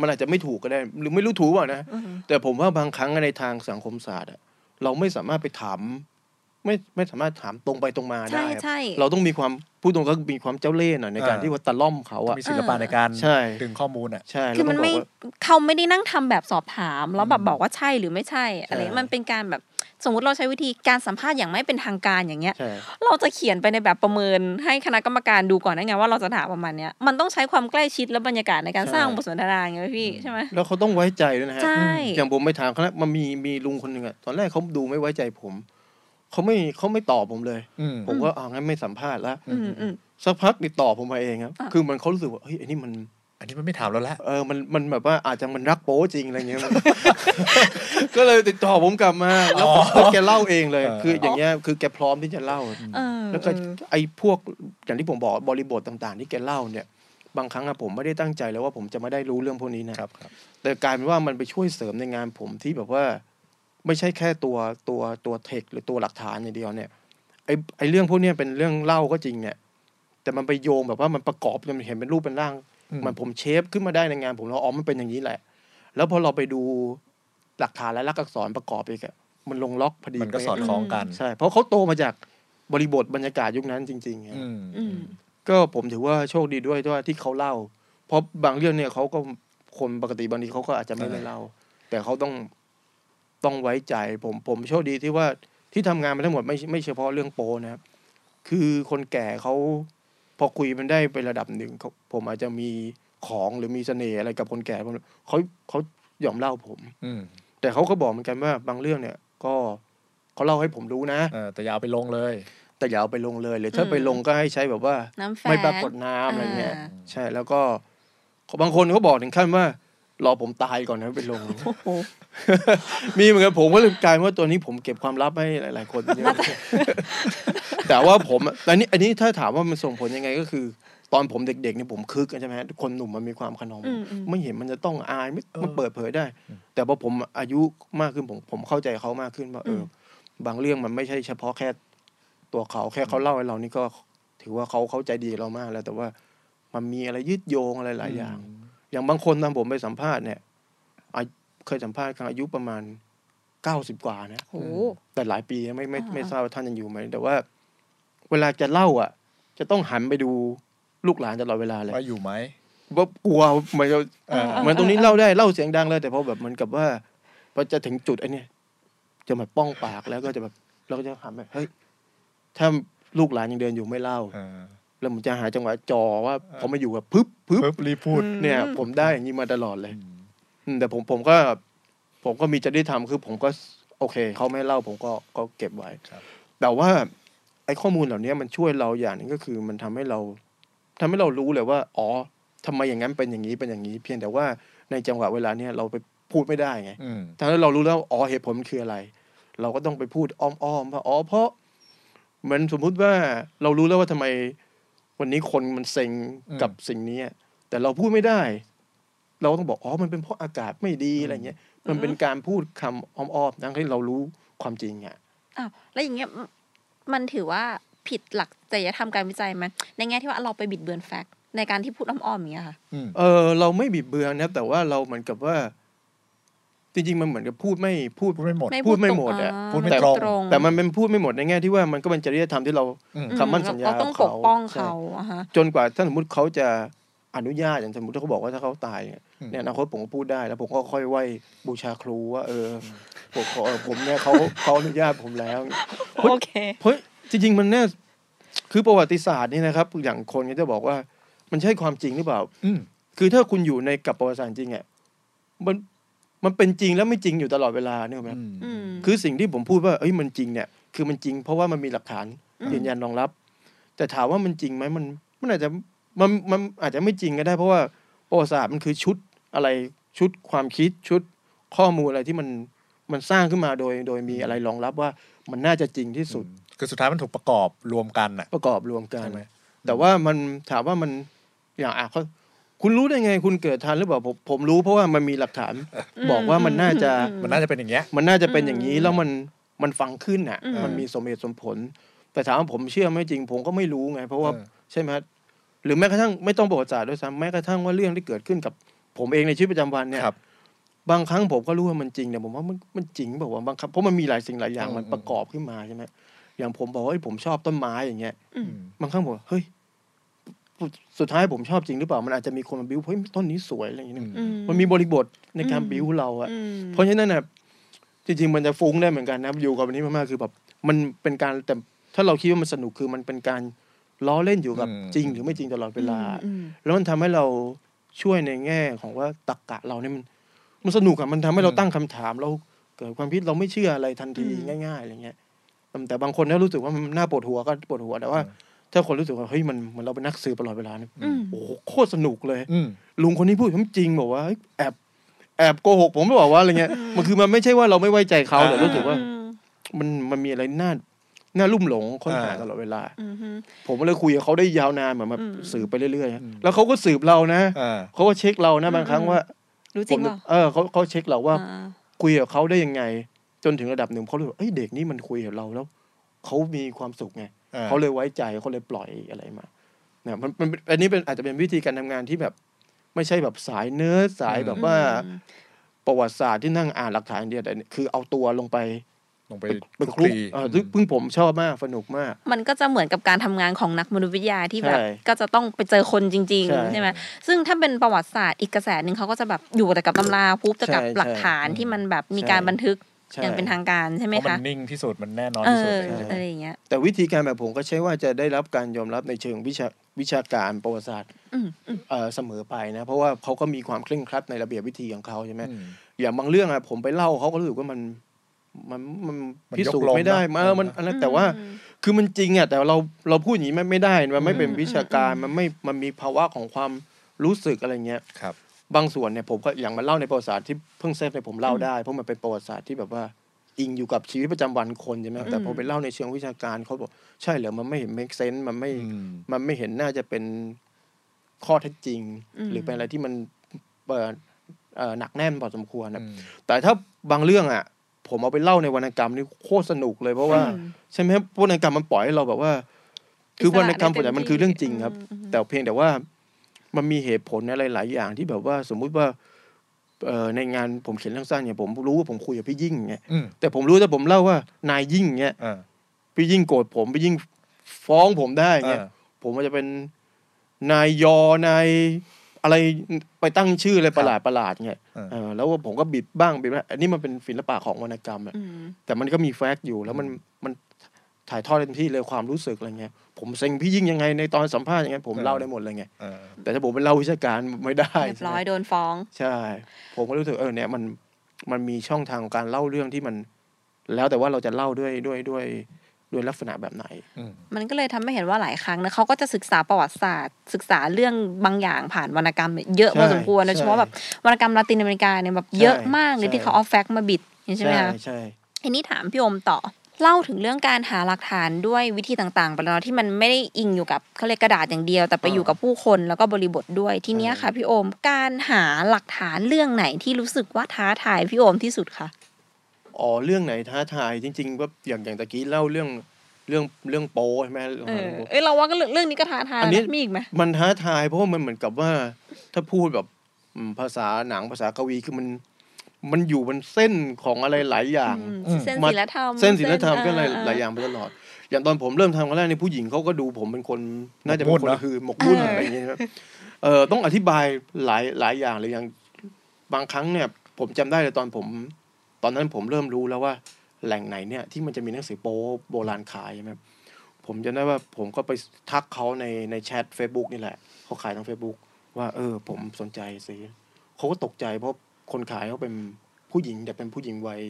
S4: มันอาจจะไม่ถูกก็ได้ หรือไม่รู้ถูกเปล่านะ
S3: อือฮึ
S4: แต่ผมว่าบางครั้งในทางสังคมศาสตร์อะเราไม่สามารถไปถาม ไม่ไม่สามารถถามตรงไปตรงมาได้
S3: ใช่
S4: ครับ
S3: ใช่
S4: เราต้องมีความพูดตรงก็มีความเจ้าเล่ห์หน่อยในการ
S2: อ่า
S4: ที่ว่าตะล่อมเขา
S2: ต้อง
S4: อะ
S2: มีศิลปะในการ
S4: ใช่
S2: ดึงข้อมูลอ่ะ
S4: ใช่
S3: คือ
S4: แล้ว
S3: มัน
S4: ก็บ
S3: ไม่
S4: อกว่า
S3: เขาไม่ได้นั่งทำแบบสอบถามแล้วแบ
S2: อื
S3: บ
S2: ม
S3: บอกว่าใช่หรือไม่ใช่อะไร
S4: ใช่
S3: มันเป็นการแบบสมมติเราใช้วิธีการสัมภาษณ์อย่างไม่เป็นทางการอย่างเงี้ย
S4: ใช่
S3: เราจะเขียนไปในแบบประเมินให้คณะกรรมการดูก่อนได้ไงว่าเราจะถามประมาณเนี้ยมันต้องใช้ความใกล้ชิดและบรรยากาศในการสร้างบทสนทนาไงพี่ใช่ไหม
S4: แล้วเขาต้องไว้ใจด้วยนะฮะ
S3: ใช่
S4: อย่างผมไปถามเขานะมันมีมีลุงคนหนึ่งอะตอนแรกเขาดูไม่ไว้ใจผมเขาไม่เขาไม่ตอบผมเลย
S2: อืม
S4: ผมก็อ่างั้นไม่สัมภาษณ์ละ
S3: อืมอืม
S4: สักพักติดต่อผมมาเองครับ
S3: อ่ะ
S4: คือมันเขารู้สึกว่าเฮ้ยไอันนี้มัน
S2: อันนี้มันไม่ถามแล้วละ
S4: เออมันมันแบบว่าอาจจะมันรักโป๊จริงอะไร เงี้ยมัน ก็เลยติดต่อผมกลับมาแล้วแล้วแกเล่าเองเลย
S2: เออ
S4: คืออย่างเงี้ยคือแกพร้อมที่จะเล่า
S3: เออ
S4: แล้วก็ไอ้พวกอย่างที่ผมบอกบริบทต่างๆ ที่แกเล่าเนี่ย บางครั้งอะผมไม่ได้ตั้งใจเลยว่าผมจะไม่ได้รู้เรื่องพวกนี้นะครับ
S2: ครับ
S4: แต่กลายเป็นว่ามันไปช่วยเสริมในงานผมที่แบบว่า ไม่ใช่แค่ตัวตัวตัวเทคหรือตัวหลักฐานอย่างเดียวเนี่ยไอ้ไอ้เรื่องพวกเนี้ยเป็นเรื่องเล่าก็จริงเนี่ย แต่มันไปโยงแบบว่ามันประกอบจนเห็นเป็นรูปเป็นร่าง
S2: อืม
S4: มันผมเชฟขึ้นมาได้ในงาน ผมแล้วอ๋อมันเป็นอย่างนี้แหละ แล้วพอเราไปดูหลักฐานและลักษณ์อักษรประกอบอีกอะมันลงล็อกพอดี
S2: มันก็
S4: เป๊ะ
S2: สอดคล้องกัน
S4: ใช่ เพราะเขาโตมาจากบริบทบรรยากาศยุคนั้นจริงๆครับ
S2: อืม
S3: อืม
S4: ก็ผมถือว่าโชคดีด้วยด้วยที่เขาเล่า เพราะบางเรื่องเนี่ยเขาก็คนปกติบางทีเขาก็อาจจะไม่ได้เล่า แต่เขาต้องต้องไว้ใจ ผมผมโชคดีที่ว่าที่ทำงานมาทั้งหมดไม่ไม่เฉพาะเรื่องโปนะครับ คือคนแก่เขาพอคุยมันได้ไประดับหนึ่งเขาผมอาจจะมีของหรือมีเสน่ห์อะไรกับคนแก่ผมเขาเขายอมเล่าผม
S2: อืม
S4: แต่เขาก็บอกเหมือนกันว่าบางเรื่องเนี่ย ก็เขาเล่าให้ผมรู้นะ
S2: เออแต่อยาเอาไปลงเลย
S4: แต่อย่าเอาไปลงเลยหรือถ้าไปลงก็ให้ใช้แบบว่า
S3: น้ำแฝง
S4: ไม่ปรากฏน้ำอะไรเงี้ย
S3: อ่า
S4: ใช่แล้วก็ บางคนเขาบอกถึงขั้นว่ารอผมตายก่อนนะไปลง
S3: โอ้โห
S4: มีเหมือนกันผมก็เลยกลายเป็นว่าตัวนี้ผมเก็บความลับให้หลาย ๆ คนเยอะ แต่ว่าผมอะแต่นี่อันนี้ถ้าถามว่ามันส่งผลยังไงก็คือ ตอนผมเด็ก ๆ เนี่ยผมคึกใช่ไหมฮะคนหนุ่มมันมีความขนอง
S3: อืมอืม
S4: ไม่เห็นมันจะต้องอายไม่
S2: เออ
S4: มันเปิดเผยได้ แต่พอผมอายุมากขึ้นผมผมเข้าใจเขามากขึ้นว่าเอออบางเรื่องมันไม่ใช่เฉพาะแค่ตัวเขาแค่เขาเล่าให้เรานี่ก็ ถือว่าเขาเขาใจดีกับเรามากแล้ว แต่ว่ามันมีอะไรยืดโยงอะไรหลายอย่าง อย่างบางคนตามผมไปสัมภาษณ์เนี่ยอายุเคยสัมภาษณ์ครั้งอายุประมาณเก้าสิบกว่านะ
S3: โอ้โห
S4: แต่หลายปีนะไม่ไม่
S3: อ่า
S4: ไม่ทราบว่าท่านยังอยู่ไหมแต่ว่า เวลาจะเล่าอ่ะ จะต้องหันไปดูลูกหลานตลอดเวลาเลย
S2: ว่าอยู่ไหม
S4: ว่ ากลัวมันจะ
S2: เออ
S4: เหมือนตรงนี้เล่าได้เล่าเสียงดังเลยแต่พอแบบเหมือนกับว่าพอจะถึงจุดไอ้เนี่ยจะมาป้องปากแล้วก็จะแบบเราก็จะหันไปเฮ้ยถ้าลูกหลานยังเดินอยู่ไม่เล่า
S2: เออ
S4: แล้วผมจะหาจังหวะจอว่า
S2: เออ
S4: พอมาอยู่แบบปึ๊บปึ๊บ
S2: ปึ๊บรีบพูด
S4: เนี่ย
S3: อืม
S4: ผมได้อย่างนี้มาตลอดเลย
S2: อืม
S4: อืมแต่ผมผมก็ ผมก็มีจะได้ทำคือผมก็ โอเคเขาไม่เล่าผมก็ก็เก็บไว้
S2: ครับ
S4: แต่ว่า ไอ้ข้อมูลเหล่านี้มันช่วยเราอย่างหนึงก็คือ มันทำให้เราทำให้เรารู้เลยว่า อ๋อทำไมอย่างนั้นเป็นอย่างนี้เป็นอย่างนี้ เพียงแต่ว่าในจังหวะเวลาเนี่ยเราไปพูดไม่ได้ไง
S2: อืม
S4: ถ้าเรารู้แล้วอ๋อเหตุผลมันคืออะไร เราก็ต้องไปพูดอ้อมๆว่าอ๋อเพราะเหมือนสมมุติว่าเรารู้แล้วว่าทำไมวันนี้คนมันเซ็ง
S2: อืม
S4: กับสิ่งนี้อะแต่เราพูดไม่ได้ เราก็ต้องบอกอ๋อมันเป็นเพราะอากาศไม่ดีอะไรเงี้ยมันเป็นการพูดคำอ้อมๆทั้งที่เรารู้ความจริงอ่ะ
S3: อ้าวแล้วอย่างเงี้ยมมันถือว่าผิดหลักจริยธรรมการวิจัยไหมในแง่ที่ว่าเราไปบิดเบือนแฟกต์ในการที่พูดอ้อมๆอย่างเงี้ยค่ะ
S2: อืม
S4: เออเราไม่บิดเบือนนะแต่ว่าเราเหมือนกับว่า จริงๆ มันเหมือนกับพูดไม่พูด
S2: พูดไม่หมด
S4: พูดไม่หมดอะ
S3: า
S2: พูดไม่ตรง
S4: แต่มันเป็นพูดไม่หมดในแง่ที่ว่ามันก็เป็นจริยธรรมที่เรา
S2: อืม
S3: อื
S4: คำมั่นสัญญา
S3: เราต้อง
S4: ข
S3: ป
S4: อ
S3: ก
S4: งเขา
S3: ป้อง
S4: ใช่
S3: เขาอะฮะ
S4: จนกว่าถ้าสมมติเขาจะอนุญาตอย่างสมมติถ้าเขาบอกว่าถ้าเขาตายเนี่ย
S2: อืม
S4: เนี่ยอนาคตผมก็พูดได้แล้วผมก็ค่อยไหว้บูชาครูว่า เออผมขอเออผมเนี่ยเขาเขาอนุญาตผมแล้ว
S3: โอเค
S4: เพราะจริง ๆ มันเนี่ยคือประวัติศาสตร์นี่นะครับ อย่างคนก็จะบอกว่า มันใช่ความจริงหรือเปล่า
S2: อืม
S4: คือถ้าคุณอยู่ในกับประวัติศาสตร์จริงอ่ะมันมันเป็นจริงแล้วไม่จริงอยู่ตลอดเวลาเนี่ยไหม
S3: อืม
S4: คือสิ่งที่ผมพูดว่าเอ้ยมันจริงเนี่ย คือมันจริง เพราะว่ามันมีหลักฐาน
S3: อืม
S4: ยืนยันรองรับ แต่ถามว่ามันจริงไหมมันมันอาจจะมันมันอาจจะไม่จริงก็ได้ เพราะว่าประวัติศาสตร์มันคือชุดอะไรชุดความคิดชุดข้อมูลอะไรที่มันมันสร้างขึ้นมาโดย โดยมีอะไรรองรับว่ามันน่าจะจริงที่สุด
S2: อืมคือสุดท้ายมันถูกประกอบรวมกันอ่ะ
S4: ประกอบรวมกัน
S2: ใช่ไหม
S4: แต่ว่ามันถามว่ามันอย่างอ่ะเขาคุณรู้ได้ไงคุณเกิดทันหรือเปล่าผมผมรู้เพราะว่ามันมีหลักฐาน
S3: ม
S4: บอกว่ามันน่าจะ
S3: อืม
S2: มันน่าจะเป็นอย่างเงี้ย
S4: มันน่าจะเป็นอย่างนี้
S3: อืม
S4: แล้วมันมันฟังขึ้นอ่ะ
S3: อืม
S4: มันมีสมเหตุสมผล แต่ถามว่าผมเชื่อไหมจริง ผมก็ไม่รู้ไง เพราะว่า
S2: เออ
S4: ใช่ไหมฮะหรือแม้กระทั่งไม่ต้องประวัติศาสตร์ด้วยซ้ำแม้กระทั่งว่าเรื่องที่เกิดขึ้นกับ ผมเองในชีวิตประจำวันเนี่ย
S2: ครับ
S4: บางครั้งผมก็รู้ว่ามันจริงแต่ผมว่ามันมันจริงบอกว่าวะบางครั้งเพราะมันมีหลายสิ่งหลายอย่าง
S2: อืม
S4: มันประกอบขึ้นมาใช่ไหมอย่างผมบอกว่าเฮ้ยผมชอบต้นไม้อย่างเงี้ย
S3: อืม
S4: บางครั้งผมว่าเฮ้ยสุดท้ายผมชอบจริงหรือเปล่ามันอาจจะมีคนมาบิ้วเฮ้ยต้นนี้สวยอะไรอย่างเงี้ย
S2: อืม
S3: อืม
S4: มันมีบริบทในการ
S3: อืม
S4: บิ้วเราอะ
S3: อืม
S4: เพราะฉะนั้นนะจริง ๆ มันจะฟุ้งได้เหมือนกันนะอยู่กับอันนี้มากๆคือแบบมันเป็นการแต่ถ้าเราคิดว่ามันสนุกคือมันเป็นการล้อเล่นอยู่กับ
S2: อืม
S4: จริง หรือไม่จริงตลอดเวลา
S3: อืม
S4: แล้วมันทำให้เราช่วยในแง่ของว่าตรรกะเราเนี่ยมันมันสนุกอะมันทำให้เราตั้งคำถาม เราเกิดความคิดเราไม่เชื่ออะไรทันที
S3: อืม
S4: ง่ายๆอะไรเงี้ยแต่แต่บางคนถ้ารู้สึกว่ามันน่าปวดหัวก็ปวดหัวแต่ว่า ถ้าคนรู้สึกว่าเฮ้ยมันเหมือนเราเป็นนักสืบตลอดเวลาเนี่ย
S3: อืม
S4: โอ้โหโคตรสนุกเลย
S2: อืม
S4: ลุงคนนี้พูดผมจริงบอกว่าเฮ้ยแอบแอบโกหกผมหรือเปล่าวะอะไรเงี้ยมันคือมันไม่ใช่ว่าเราไม่ไว้ใจเขาแต่
S2: อ่า
S4: รู้สึกว่ามันมันมีอะไรน่าน่าลุ่มหลงค้นหา
S2: อ่า
S4: ตลอดเวลา
S3: อืมอืม
S4: ผมเลยคุยกับเขาได้ยาวนานเหมือนมา
S3: อืม
S4: สืบไปเรื่อยๆนะแล้วเขาก็สืบเรานะ
S2: อ่า
S4: เขาก็เช็คเรานะบางครั้งว่า
S3: รู้จ
S4: ผ
S3: ริ
S4: ม
S3: งเปล่า
S4: เออเขาเขาเช็คเราว่า
S3: อ่า
S4: คุยกับเขาได้ยังไง จนถึงระดับหนึ่งเขาเลยบอกเอ้ยเด็กนี่มันคุยกับเราแล้วเขามีความสุขไง
S2: อ่า
S4: เขาเลยไว้ใจเขาเลยปล่อยอะไรมาเนี่ยมันมันอันนี้เป็นอาจจะเป็นวิธีการทำงานที่แบบ ไม่ใช่แบบสายเนื้อสายแบบว่าประวัติศาสตร์ที่นั่งอ่านหลักฐานอย่างเดียวแต่นี่คือเอาตัวลงไป
S2: ลงไป
S4: เป็น
S2: ค
S4: ค
S2: ลุ
S4: ลุ
S2: ก
S4: ก
S2: คลี
S4: เออซึ่งซึ่งผมชอบมากสนุกมาก
S3: มันก็จะเหมือนกับการทำงานของนักมนุษยวิทยาที่แบบ
S4: ใช่
S3: ก็จะต้องไปเจอคนจริง
S4: ใช่
S3: ๆใช่ไหมซึ่งถ้าเป็นประวัติศาสตร์อีกกระแสหนึ่งเขาก็จะแบบอยู่แต่กับตำราปุ๊บจะกับ
S4: ใช่
S3: หลักฐานที่มันแบบมี
S4: ใช่
S3: การบันทึก
S4: ใช่
S3: อย่างเป็นทางการใช่ไหม
S2: เพราะมั
S3: คะ
S2: นนิ่งที่สุดมันแน่นอน
S3: เอ
S2: ที่สุดเลยใช่ไห
S3: อ
S2: ม
S3: อะไรอย่างเงี้ย
S4: แต่วิธีการแบบผมก็ใช่ว่าจะได้รับการยอมรับในเชิงวิชาวิชาการประวัติศาสตร์
S3: อืมอืม
S4: เอ่อเสมอไปนะ เพราะว่าเขาก็มีความเคร่งครัดในระเบียบวิธีของเขาใช่ไหม
S2: อืม
S4: อย่างบางเรื่องอะผมไปเล่าเขาก็รู้สึกว่ามันมันมัน
S2: มัน
S4: พิสูจ
S2: ยกล
S4: น์
S2: ง
S4: ไม่ได้
S2: นะ
S4: มาเออมันอะไรแต่ว่าคือมันจริงอะแต่เราเราพูดอย่างนี้ไม่ไม่ได้มันไม่เป็น
S3: อืม
S4: วิชาการมันไม่มันมีภาวะของความ รู้สึกอะไรเงี้ย
S1: ครับ
S4: บางส่วนเนี่ยผมก็อย่างมันเล่าในประวัติศาสตร์ที่เพิ่งเซฟในยผมเล่าได้เพราะมันเป็นประวัติศาสตร์ที่แบบว่าอิงอยู่กับชีวิตประจำวันคนใช่ไหมครับแต่
S3: อืม
S4: พอไปเล่าในเชิงวิชาการเขาบอกใช่เหรอมันไม่เห็น make sense มันไม่
S1: อืม
S4: มันไม่เห็นน่าจะเป็นข้อเท็จจริง
S3: อืม
S4: หรือเป็นอะไรที่มันเอ่อเอ่อหนักแน่นพอสมควรนะ
S1: อืม
S4: แต่ถ้าบางเรื่องอ่ะ ผมเอาไปเล่าในวรรณกรรมนี่โคตรสนุกเลยเพราะว่า
S3: อืม
S4: ใช่ไหมครับวรรณกรรมมันปล่อยให้เราแบบว่า คือวรรณกรรมส่วนใหญ่มันคือเรื่องจริงครับ
S3: อืม
S4: แต่เพียงแต่ว่ามันมีเหตุผลอะไรหลายอย่างที่แบบว่าสมมุติว่าเอ่อในงานผมเขียนเรื่องสั้นเนี่ยผมรู้ว่าผมคุยกับพี่ยิ่งเนี่ย
S1: อืม
S4: แต่ผมรู้แต่ผมเล่าว่านายยิ่งเนี่ย
S1: อ่า
S4: พี่ยิ่งโกรธผมพี่ยิ่งฟ้องผมได้เนี่ย
S1: อ่า
S4: ผมอาจจะเป็นนายยอนายอะไรไปตั้งชื่ออะไรประหลาดประหลาดๆเนี่ย
S1: เออ
S4: เออแล้วว่าผมก็บิดบ้างบิดบ้างอันนี้มันเป็นศิลปะของวรรณกรรมอะ
S3: อืม
S4: แต่มันก็มีแฟกต์อยู่แล้วมันมันถ่ายทอดเต็มที่เลยความรู้สึกอะไรเงี้ยผมเซ็งพี่ยิ่งยังไงในตอนสัมภาษณ์ยังไงผม
S1: เออ
S4: เล่าได้หมดเลยไง
S1: อ่า
S4: แต่ถ้าผมเป็นเล่าวิชาการไม่ได้
S3: เรียบร้อยโดนฟ้อง
S4: ใช่ ผมก็รู้สึกเออเนี่ยมันมันมีช่องทางของการเล่าเรื่องที่มัน แล้วแต่ว่าเราจะเล่าด้วยด้วยด้วยด้วยลักษณะแบบไหน
S3: มันก็เลยทำให้เห็นว่าหลายครั้งนะเขาก็จะศึกษาประวัติศาสตร์ ศึกษาเรื่องบางอย่างผ่านวรรณกรรมเนี่ยเยอะพอ
S4: ใช่
S3: สมควรโดยเฉพาะแบบวรรณกรรมลาตินอเมริกาเนี่ยแบบเยอะ
S4: ใช่
S3: มากเลย
S4: ใช่
S3: ที่เขาเอาแฟกต์มาบิดอย่างนี้ใช่ไหมคะ
S4: ใช่
S3: ทีนี้ถามพี่อมต่อ เล่าถึงเรื่องการหาหลักฐานด้วยวิธีต่างๆไปแล้วเนอะที่มันไม่ได้อิงอยู่กับเขาเรียกกระดาษอย่างเดียว แต่ไปอยู่กับผู้คนแล้วก็บริบทด้วยทีเนี้ยค่ะพี่โอมการหาหลักฐานเรื่องไหนที่รู้สึกว่าท้าทายพี่โอมที่สุดคะ
S4: อ๋อเรื่องไหนท้าทายจริงๆว่าอย่างอย่างตะกี้เล่าเรื่องเรื่องเรื่องโปใช่ไหมเรื่อง
S3: เอ
S4: หา
S3: อ
S4: เรื่องโป
S3: เอ้ยเราว่าก็เรื่องเรื่องนี้ก็ท้าทาย
S4: อันนี้
S3: นะมีอีกไหม
S4: มันท้าทายเพราะว่ามันเหมือนกับว่า ถ้าพูดแบบอืมภาษาหนังภาษากวีคือมันมันอยู่บนเส้นของอะไรหลายอย่าง
S3: อืม
S1: อืม
S3: เส้น
S4: มา
S3: ศิลธรรม
S4: เส้นศิลธรรมก็
S3: เส้น
S4: หลายหลายอย่างไปตลอด อย่างตอนผมเริ่มทำครั้งแรกในผู้หญิงเขาก็ดูผมเป็นคนน่าจะเป็น
S1: หมกมุ่น
S4: คน
S1: นะ
S4: คือหมกมุ่นอะไรอย่างเงี้ยครับเออต้องอธิบายหลายหลายอย่างเลยอย่างบางครั้งเนี่ย ผมจำได้เลยตอนผม ตอนนั้นผมเริ่มรู้แล้วว่า แหล่งไหนเนี่ยที่มันจะมีหนังสือโป๊โบราณขายใช่ไหมครับผมจำได้ว่าผมก็ไปทักเขาในในแชท Facebook นี่แหละเขาขายทาง Facebook ว่า เออ ผมสนใจซื้อเขาก็ตกใจเพราะคนขายเขาเป็นผู้หญิงแต่เป็นผู้หญิงวัย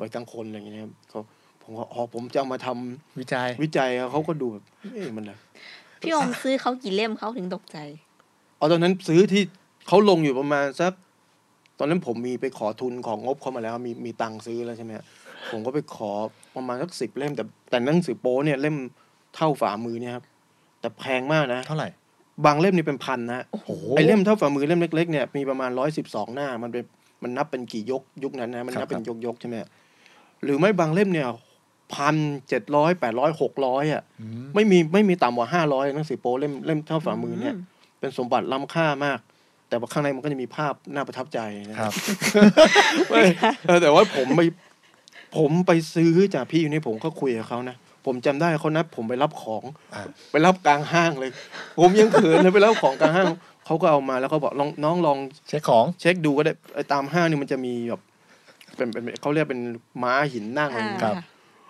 S4: วัยกลางคนอะไรอย่างเงี้ยครับเขาผมก็อ๋อผมจะเอามาทำ
S2: วิจัย
S4: วิจัยเขาก็ดูแบบเอ๊ะมันอะไร
S3: พี่อมซื้อเขากี่เล่มเขาถึงตกใจ
S4: เอาตอนนั้นซื้อที่เขาลงอยู่ประมาณสักตอนนั้นผมมีไปขอทุนของงบเขามาแล้ว มีมีตังค์ซื้อแล้วใช่ไหมฮะผมก็ไปขอประมาณสักสิบเล่มแต่แต่หนังสือโป้เนี่ยเล่มเท่าฝ่ามือเนี่ยครับแต่แพงมากนะ
S1: เท่าไหร่
S4: บางเล่มนี่เป็นพันนะฮะ
S1: โอ้โห
S4: ไอเล่มเท่าฝ่ามือเล่มเล็กๆเนี่ยมีประมาณร้อยสิบสองหน้า มันเป็นมันนับเป็นกี่ยกยุคนั้นนะมันนั
S1: ครั
S4: บ
S1: บ
S4: เป็นยกยกๆใช่ไหมหรือไม่บางเล่มเนี่ยพันเจ็ดร้อยแปดร้อยหกร้อยอ่ะ
S1: อืม
S4: ไม่มีไม่มีต่ำกว่าห้าร้อยหนังสือโป้เล่มเล่มเท่าฝ่ามือเนี่ย
S3: อืม
S4: เป็นสมบัติล้ำค่ามาก แต่ว่าข้างในมันก็จะมีภาพน่าประทับใจนะครับ เว้ยเออแต่ว่าผมไปผมไปซื้อจากพี่อยู่นี่ผมก็คุยกับเขานะผมจำได้เขานัดผมไปรับของ
S1: อ่า
S4: ไปรับกลางห้างเลย ผมยังเขินเลยไปรับของกลางห้างเขาก็เอามาแล้วเขาบอกลองน้องลอง
S1: เช็คของ
S4: เช็คดูก็ได้ไอ้ตามห้างนี่มันจะมีแบบเป็นเป็นเป็นเขาเรียกเป็นม้าหินนั่งอะไรอย่างเงี้ย
S1: ครับ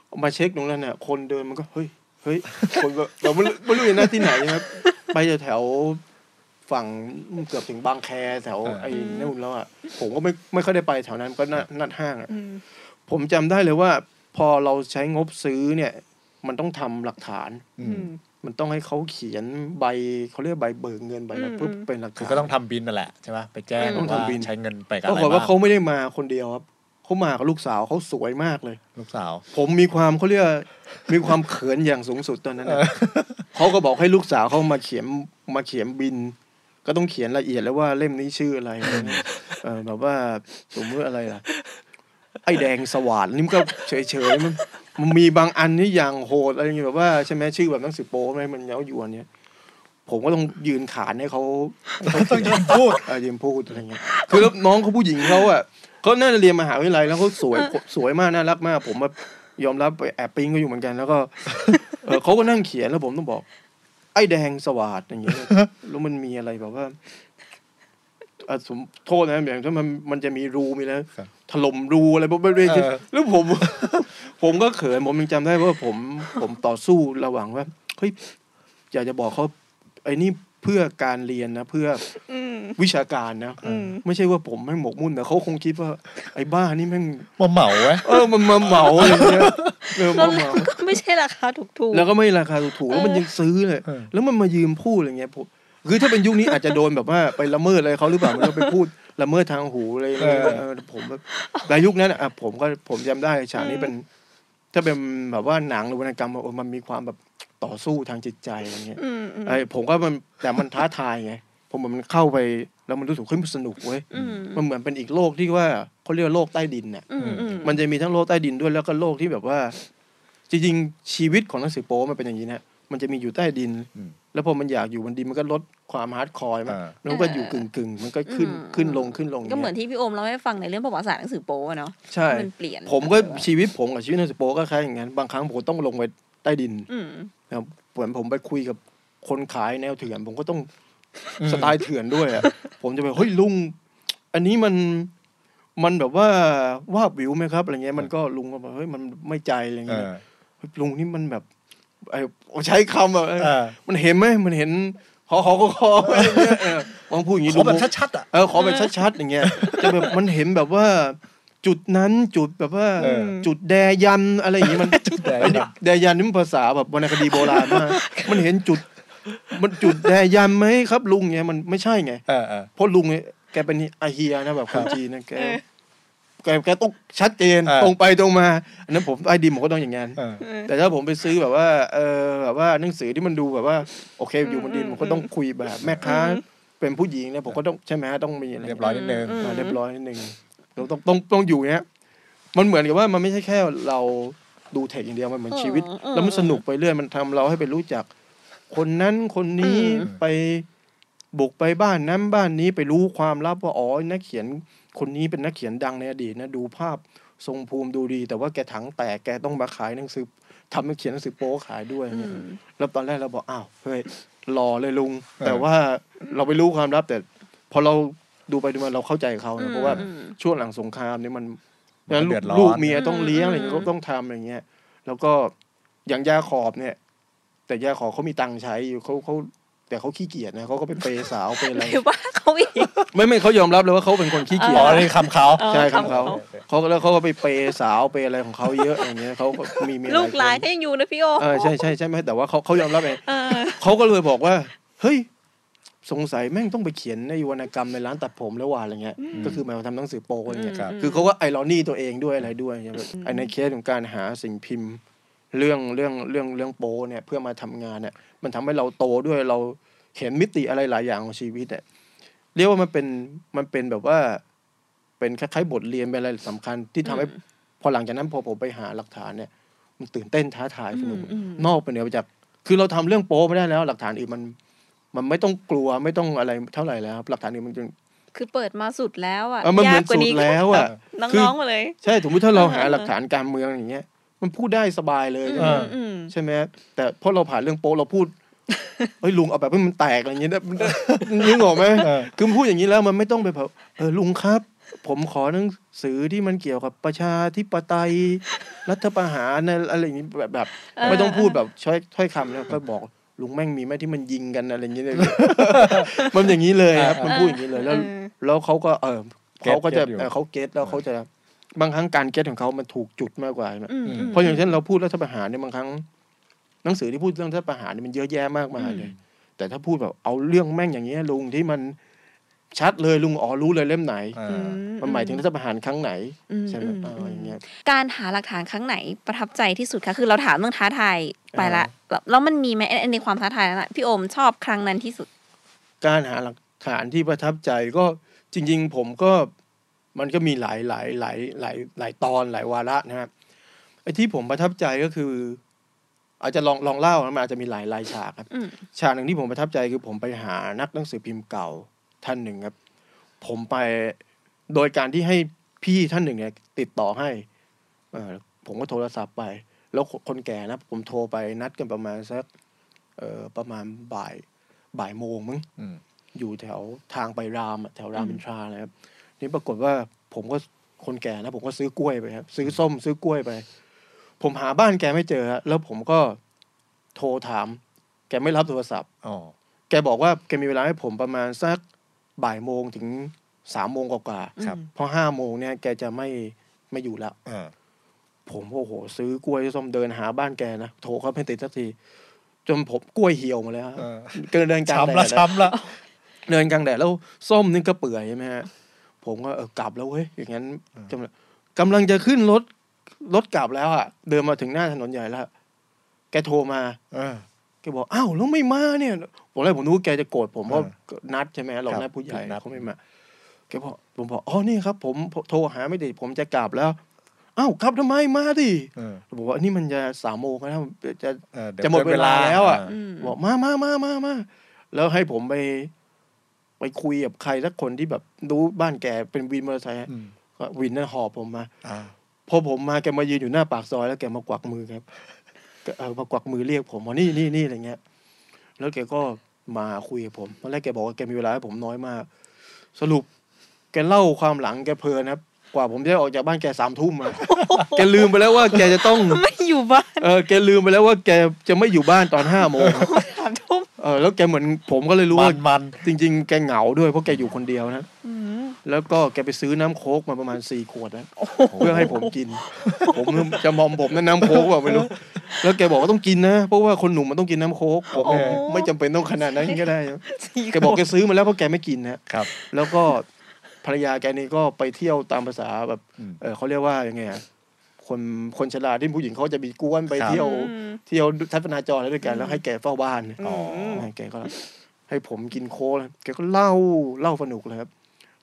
S4: เอามาเช็คตรงนั้นเนี่ยคนเดินมันก็เฮ้ยเฮ้ยคนก็เราไม่รู้ไม่รู้อยู่หน้าที่ไหนนะครับ ไปแถวฝั่งเกือบถึงบางแคแถวไอ้นู่นแล้วอ่ะผมก็ไม่ไม่ค่อยได้ไปแถวนั้นก็นัดนัดห้างอะ
S3: อืม
S4: ผมจำได้เลยว่าพอเราใช้งบซื้อเนี่ย มันต้องทำหลักฐาน
S1: อื
S3: อื
S1: ม
S3: ม
S4: มันต้องให้เขาเขียนใบเขาเรียกใบเบิกเงินใบอะไร
S3: อืม
S4: ปุ๊บ
S3: อืม
S4: เป็นหลัก
S2: คือ
S4: ฐาน
S2: ก็ต้องทำบินนั่นแหละ ใช่ไหมไปแจ้ง
S4: ต้อง
S2: ว่า
S4: ทำบิล
S2: ใช้เงินไปกับ
S4: ป
S2: อะ
S4: รา
S2: ไร
S4: กฏ
S2: บ้า
S4: ว่า
S2: ง
S4: เขาไม่ได้มาคนเดียวครับเขามากับลูกสาวเขาสวยมากเลย
S2: ลูกสาว
S4: ผมมีความเขาเรียกมีความเขินอย่างสูงสุดตอนนั้นนะเขาก็บอกให้ลูกสาวเขามาเขียนมาเขียนบิน ก็ต้องเขียนละเอียดแล้วว่าเล่มนี้ชื่ออะไร เออแบบว่าสมมติอะไรล่ะ ไอ้แดงสว่านนี่มันก็เฉยๆมันมันมีบางอันนี่อย่างโหดอะไรอย่างเงี้ยแบบว่าใช่ไหมชื่อแบบหนังสือโป๊ไหมมันเย้ายวนเนี่ยผมก็ต้องยืนขานให้เขาต้องยืนพูดยืนพูดอะไรเงี้ยคือแล้วน้องเขาผู้หญิงเขาอ่ะเขาน่าจะเรียนมหาวิทยาลัยแล้วเขาสวยสวยมากน่ารักมาก ผมมายอมรับไปแอบปิ้งเขาอยู่เหมือนกันแล้วก็เออเขาก็นั่งเขียนแล้วผมต้องบอก ไอ้แดงสว่าน อย่างเงี้ยแล้วมันมีอะไรแบบว่า อ่ะสมโทษนะอย่างถ้ามันมันจะมีรูมีแล้ว
S1: ครับ
S4: ถล่มรูอะไรพวกไม่ไม่
S1: เออ
S4: แล้วผม ผมก็เขินผมยังจำได้ว่าผมผมต่อสู้ระหว่างว่าเฮ้ยอยากจะบอกเขาไอ้นี่เพื่อการเรียนนะ เพื่อ
S3: อืม
S4: วิชาการนะ
S3: อืม
S4: ไม่ใช่ว่าผมไม่งหมกมุ่นแต่เขาคงคิดว่า ไอ้บ้านี่แม่ง
S1: มาเหมาไว้ย
S4: เออมันมาเหมาอะไรเงี้ ยเออ
S3: แล้ว
S4: มาเหมา
S3: ก็ไม่ใช่ราคาถูกๆ
S4: แล้วก็ไม่ราคาถูกๆแล้วมัน
S3: เออ
S4: ยังซื้อเลย
S1: เออ
S4: แล้วมันมายืมพูดอะไรเงี้ยผม คือถ้าเป็นยุคนี้อาจจะโดนแบบว่าไปละเมิดอะไรเขาหรือเปล่าไมันก็ไปพูดละเมิดทางหูอะไรอย่างเงี้ย
S2: เออ
S4: เออผมแบบแต่ยุคนั้นอ่ะผมก็ผมจำได้ฉากนี้เป็น ถ้าเป็นแบบว่าหนังหรือวรรณกรรมอ่ะเออมันมีความแบบต่อสู้ทางจิตใจอะไรเงี้ย
S3: อืมอืม
S4: ไอ้ผมก็มันแต่มันท้าทายไงผมเหมือนมันเข้าไปแล้วมันรู้สึกขึ้นสนุกเว้ย
S3: อืม
S4: มันเหมือนเป็นอีกโลกที่ว่าเขาเรียกว่าโลกใต้ดินเนี่ย
S3: อืมอืม
S4: มันจะมีทั้งโลกใต้ดินด้วยแล้วก็โลกที่แบบว่า จริงๆชีวิตของหนังสือโป๊มันเป็นอย่างนี้นะมันจะมีอยู่ใต้ดิน
S2: อืม
S4: แล้วพอมันอยากอยู่บนดินมันก็ลดความฮาร์ดคอร์มัน
S2: อ่า
S4: แล้วมันก็อยู่กึ่งกึ่งๆมันก็ขึ้นขึ้นลงขึ้นลง
S3: ก็เหมือน
S4: ย
S3: ที่พี่โอมเล่าให้ฟังในเรื่องประวัติศาสตร์หนังสือโป๊อะเนาะ
S4: ใช่
S3: มันเปลี่ยน
S4: ผมก็ชีวิตผมกับชีวิตหนังสือโป๊ก็คล้ายอย่างนั้นบางครั้งผมก็ต้องลงไปใต้ดิน
S3: อืม
S4: นะครับเหมือนผมไปคุยกับคนขายแนวเถื่อน ผมก็ต้องสไตล์เถื่อนด้วยอะผมจะไปเฮ้ยลุง อันนี้มันมันแบบว่าว่าบวิวไหมครับอะไรเงี้ยมันก็ลุงก็บอกเฮ้ยมันไม่ใจอะไร
S2: เอ
S4: เงี้ย
S2: อ
S4: เฮ้ยลุงนี่มันแบบไอ้ใช้คำแบบ
S2: เออ
S4: มันเห็นไหมมันเห็นหอหอคอคออะไรเงี้ยเออลองพูดอย่างนี้
S2: ข
S4: ลุ
S2: อง แบบชัดๆอ่ะ
S4: เออขอแบบชัดๆอย่างเงี้ยจะแบบมันเห็นแบบว่า จุดนั้นจุดแบบว่า
S2: เออ
S4: จุดแดยันอะไรอย่างงี้ มัน
S2: แดยัน
S4: ไอ้นี่แดยันนี่มันภาษาแบบวรรณคดีโบราณมากมันเห็นจุด มันจุดแดยันไหมครับ ลุงเนี่ยมันไม่ใช่ไง
S2: เออเออ
S4: เพราะลุงเนี่ยแกเป็นอาเฮียนะแบบคนจีนนะแกแกแกต้องชัดเจน
S2: เออ
S4: ตรงไปตรงมาอันนั้นผมไอ้ดิมผมก็ต้องอย่างงั้น
S2: เออ
S4: แต่ถ้าผมไปซื้อแบบว่า เออแบบว่าหนังสือที่มันดูแบบว่า โอเคอยู่บนดิน
S3: อืม
S4: ผมก็ต้องคุยแบบแม่ค้า เป็นผู้หญิงเนี่ยผมก็ต้องใช่ไหมฮะต้องมีอะไร
S2: เรียบร้อยนิดนึง
S4: อ่าเรียบร้อยนิดนึงเราต้องต้องต้องอยู่เนี้ยมันเหมือนกับว่ามันไม่ใช่แค่เราดูเทคอย่างเดียวมันเหมือนชีวิต
S3: เออเออ
S4: แล้วมันสนุกไปเรื่อยมันทำเราให้ไปรู้จัก คนนั้นคนนี้
S3: อืม
S4: ไปบุกไปบ้านนั้นบ้านนี้ไปรู้ความลับว่าอ๋อนักเขียนคนนี้เป็นนักเขียนดังในอดีตนะดูภาพทรงภูมิดูดี แต่ว่าแกถังแตกแกต้องมาขายหนังสือทำหนังเขียนหนังสือโป๊ขายด้วยเนี่ย แล้วตอนแรกเราบอกอ้าวเฮ้ยหล่อเลยลุง
S2: เออ
S4: แต่ว่าเราไม่รู้ความลับแต่ พอเราดูไปดูมาเราเข้าใจเขา
S3: อื
S4: นะ
S3: ม
S4: เพราะว่า
S3: อืม
S4: ช่วงหลังสงครามเนี่ยมัน
S2: มันก็
S4: ลู
S2: เดื
S4: ก
S2: อดร้อน
S4: ลูกเมียต้องเลี้ยงอะไรอย่างเงี้ย
S3: อืม
S4: ก็ต้องทำอะไรอย่างเงี้ยแล้วก็อย่างยาขอบเนี่ย แต่ยาขอบเขามีตังค์ใช้อยู่เขาเขาแต่เขาขี้เกียจนะเขาก็ไปเปย์สาวเปย์อะไร
S3: หรือว่าเขาอีก
S4: ไม่ไม่เขายอมรับเลยว่าเขาเป็นคนขี้เกียจ
S2: อ๋อนี่คำเขา
S3: เออ
S4: ใช่ครับเขา
S2: คำเขา
S4: เขาก็แล้วเขาก็ไปเปย์สาวเปย์อะไรของเขาเยอะอะไรอย่างเงี้ยเขาก็มีเมียห
S3: ลู
S4: ลาย
S3: ก
S4: ค
S3: หลาน
S4: น
S3: ก็ยังอยู่นะพี่โอ
S4: เออใช่ใช่ใช่ไหมแต่ว่าเขาเขายอมรับเอง
S3: เออ
S4: เขาก็เลยบอกว่า เฮ้ย สงสัยแม่งต้องไปเขียนในวรรณกรรมในร้านตัดผมแล้วว่ะอะไรเงี้ย ก็คือหมายความทำหนังสือโปอะไรเงี้ย
S2: ครับ
S4: คือเขาก็ไอรอนี่ตัวเองด้วยอะไรด้วยเนี่ยแบบไอ้ในเคสของการหาสิ่งพิมพ์ เรื่องเรื่องเรื่องเรื่องโปเนี่ยเพื่อมาทำงานเนี่ย มันทำให้เราโตด้วยเราเห็นมิติอะไรหลายอย่างของชีวิตเนี่ยเรียกว่ามันเป็นมันเป็นแบบว่า เป็นคล้ายๆบทเรียนเป็นอะไรสำคัญ ที่ทำให้
S3: อืม
S4: พอหลังจากนั้นพอผมไปหาหลักฐานเนี่ย มันตื่นเต้นท้าทายสนุก
S3: อืมอืม
S4: นอกไปเหนือไปจาก คือเราทำเรื่องโป๊ไม่ได้แล้ว หลักฐานอื่นมัน มันไม่ต้องกลัวไม่ต้องอะไรเท่าไหร่แล้วครับหลักฐานอื่นมันจะ
S3: คือเปิดมาสุดแล้วอ่ะ
S4: เออมันเหมือนสุดแล้วอ่ะ
S3: น้
S4: คือ
S3: องๆมาเลย
S4: ใช่สมมติถ้าเราหา
S3: เออเออ
S4: หลักฐานการเมืองอย่างเงี้ย มันพูดได้สบายเลย
S2: เออ
S3: อืม
S4: ใช่ไหมแต่พอเราผ่านเรื่องโป๊เราพูด เฮ้ยลุงเอาแบบให้มันแตกอะไรอย่างเงี้ยได้ มันนึกออกไหม
S2: เออ
S4: คือมันพูดอย่างนี้แล้วมันไม่ต้องไปแบบเออลุงครับ ผมขอหนังสือที่มันเกี่ยวกับประชาธิปไตยรัฐประหารนะอะไรอย่างนี้แบบแบบ
S3: เออ
S4: ไม่ต้องพูดแบบช้อยถ้อยคำแล้วก็บอกลุงแม่งมีไหมที่มันยิงกันอะไรอย่างเงี้ย เลย มันอย่างนี้เลยครับ มันพูดอย่างนี้เลยแล้ว
S3: เออ
S4: แล้วเขาก็เออ
S2: เก็ต
S4: เขาก็จะ
S2: เก็ตอยู่
S4: เออเขาเก็ตแล้วเขาจะบางครั้งการเก็ตของเขามันถูกจุดมากกว่าใช่ไหม
S3: อืมอืม
S4: เพราะอย่างเช่นเราพูดรัฐประหารเนี่ยบางครั้ง หนังสือที่พูดเรื่องรัฐประหารเนี่ยมันเยอะแยะมากมายเลย แต่ถ้าพูดแบบเอาเรื่องแม่งอย่างเงี้ยลุงที่มันชัดเลยลุงอ๋อรู้เลยเล่มไหน
S2: เอ
S3: อื
S2: อ
S4: มันหมายถึงรัฐประหารครั้งไหน
S3: อืม
S4: ใช่ไหม
S3: อืม
S4: เอออย่างเงี้ย
S3: การหาหลักฐานครั้งไหนประทับใจที่สุดคะคือเราถามเรื่องท้าทายไปละแล้วแล้วมันมีไหมไอ้ในความท้าทายนั้นอะพี่โอมชอบครั้งนั้นที่สุด
S4: การหาหลักฐานที่ประทับใจก็จริง ๆ ผมก็มันก็มีหลายหลายหลายหลายหลายตอนหลายวาระนะครับไอ้ที่ผมประทับใจก็คือ อาจจะลองลองเล่านะมันอาจจะมีหลายหลายฉากครับ
S3: อืม
S4: ฉากหนึ่งที่ผมประทับใจคือผมไปหานักหนังสือพิมพ์เก่าท่านหนึ่งครับ ผมไปโดยการที่ให้พี่ท่านหนึ่งเนี่ยติดต่อให้ เออผมก็โทรศัพท์ไป แล้วคนคนแก่นะผมโทรไปนัดกันประมาณสักเออประมาณบ่ายบ่ายโมงมั้ง
S2: อืม
S4: อยู่แถวทางไปรามอะแถวรามอินทรานะครับนี่ปรากฏว่าผมก็คนแก่นะ ผมก็ซื้อกล้วยไปครับซื้อส้มซื้อกล้วยไป ผมหาบ้านแกไม่เจอฮะแล้วผมก็โทรถาม แกไม่รับโทรศัพท์
S2: อ๋อ
S4: แกบอกว่าแกมีเวลาให้ผมประมาณสักบ่ายโมงถึงสามโมงกว่า
S2: ครับ
S4: ๆเพราะห้าโมงเนี่ยแกจะไม่ไม่อยู่แล้ว
S2: เออ
S4: ผมโอ้โห ซื้อกล้วยส้มเดินหาบ้านแกนะโทรเขาไม่ติดสักที จ จนผมกล้วยเหี่ยวหมาแล้วฮะ
S2: เออ
S4: เกินเดินกลางแด
S2: ช้ำละ
S4: ดอะ
S2: ช้ำละ
S4: เดินกลางแดดแล้วส้มนี่ก็เปื่อยใช่ไหมฮะผมก็เออกลับแล้วเว้ยอย่างนั้น
S2: เออ
S4: จำเลยกำลังจะขึ้นรถรถกลับแล้วอ่ะ เดินมาถึงหน้าถนนใหญ่แล้วแกโทรมา
S2: เออ
S4: แกบอกอ้าวแล้วไม่มาเนี่ยผมเลยผมนึกว่าแกจะโกรธผมเพราะ
S2: อ่
S4: นัดใช่ไหมเรา
S2: ครับ
S4: นัดผู้ใหญ่
S2: นัด
S4: เขาไม่มาแกบอกผมบอกอ๋อนี่ครับ ผมโทรหาไม่ติดผมจะกลับแล้วอ้าวกลับทำไมมาดิ
S2: เออ
S4: ผมบอกว่านี่มันจะสามโมงแล้วจะ
S2: เออเย
S4: จะหมดเวลาแล้วอะ
S2: เ
S3: อืม
S4: บอกมามามามามาแล้วให้ผมไป ไปคุยกับใครสักคนที่แบบรู้บ้านแกเป็นวินมอเตอร์ไซค์
S2: อืม
S4: ก็วินนั่นหอบผมมา
S2: อ่า
S4: พอผมมาแกมายืนอยู่หน้าปากซอยแล้วแกมากวักมือครับ ก็เออมากวักมือเรียกผมว่านี่นี่นี่อะไรเงี้ย แล้วแกก็มาคุยกับผมตอนแรกแกบอกว่าแกมีเวลาให้ผมน้อยมาก สรุป แกเล่าความหลังแกเพลินครับกว่าผมจะออกจากบ้านแกสามทุ่ม อะแกลืมไปแล้วว่าแกจะต้อง
S3: ไม่อยู่บ้าน
S4: เออแกลืมไปแล้วว่าแกจะไม่อยู่บ้านตอนห้าโมง
S3: สามทุ่ม
S4: เออแล้วแกเหมือนผมก็เลยรู้
S2: มั
S4: ว่า
S2: นมัน
S4: จริง ๆ แกเหงาด้วยเพราะแกอยู่คนเดียวนะ
S3: อืม
S4: แล้วก็แกไปซื้อน้ำโค้กมาประมาณสี่ขวดนะเพื่อให้ผมกิน ผมจะมอมผมนะน้ำโค้กว่าไม่รู้ แล้วแกบอกว่าต้องกินนะ เพราะว่าคนหนุ่มมันต้องกินน้ำโค้กผมเนี่ยไม่จำเป็นต้องขนาดนั้นก็ได้นะ
S3: สี่
S4: แกบอก
S3: คน
S4: แกซื้อมาแล้วเพราะแกไม่กินนะครับ แล้วก็ภรรยาแกนี่ก็ไปเที่ยวตามภาษาแบบ
S2: อืม
S4: เออเขาเรียกว่ายังไงอะคนคนชราที่ผู้หญิงเขาจะมีกวนไปเที่ยว
S3: อืม
S4: เที่ยวทัศนาจรอะไรด้วยกัน แล้วให้แกเฝ้าบ้าน
S2: อ๋ออ
S4: แกก็ให้ผมกินโค้กแล้วแกก็เล่าเล่าสนุกเลยครับ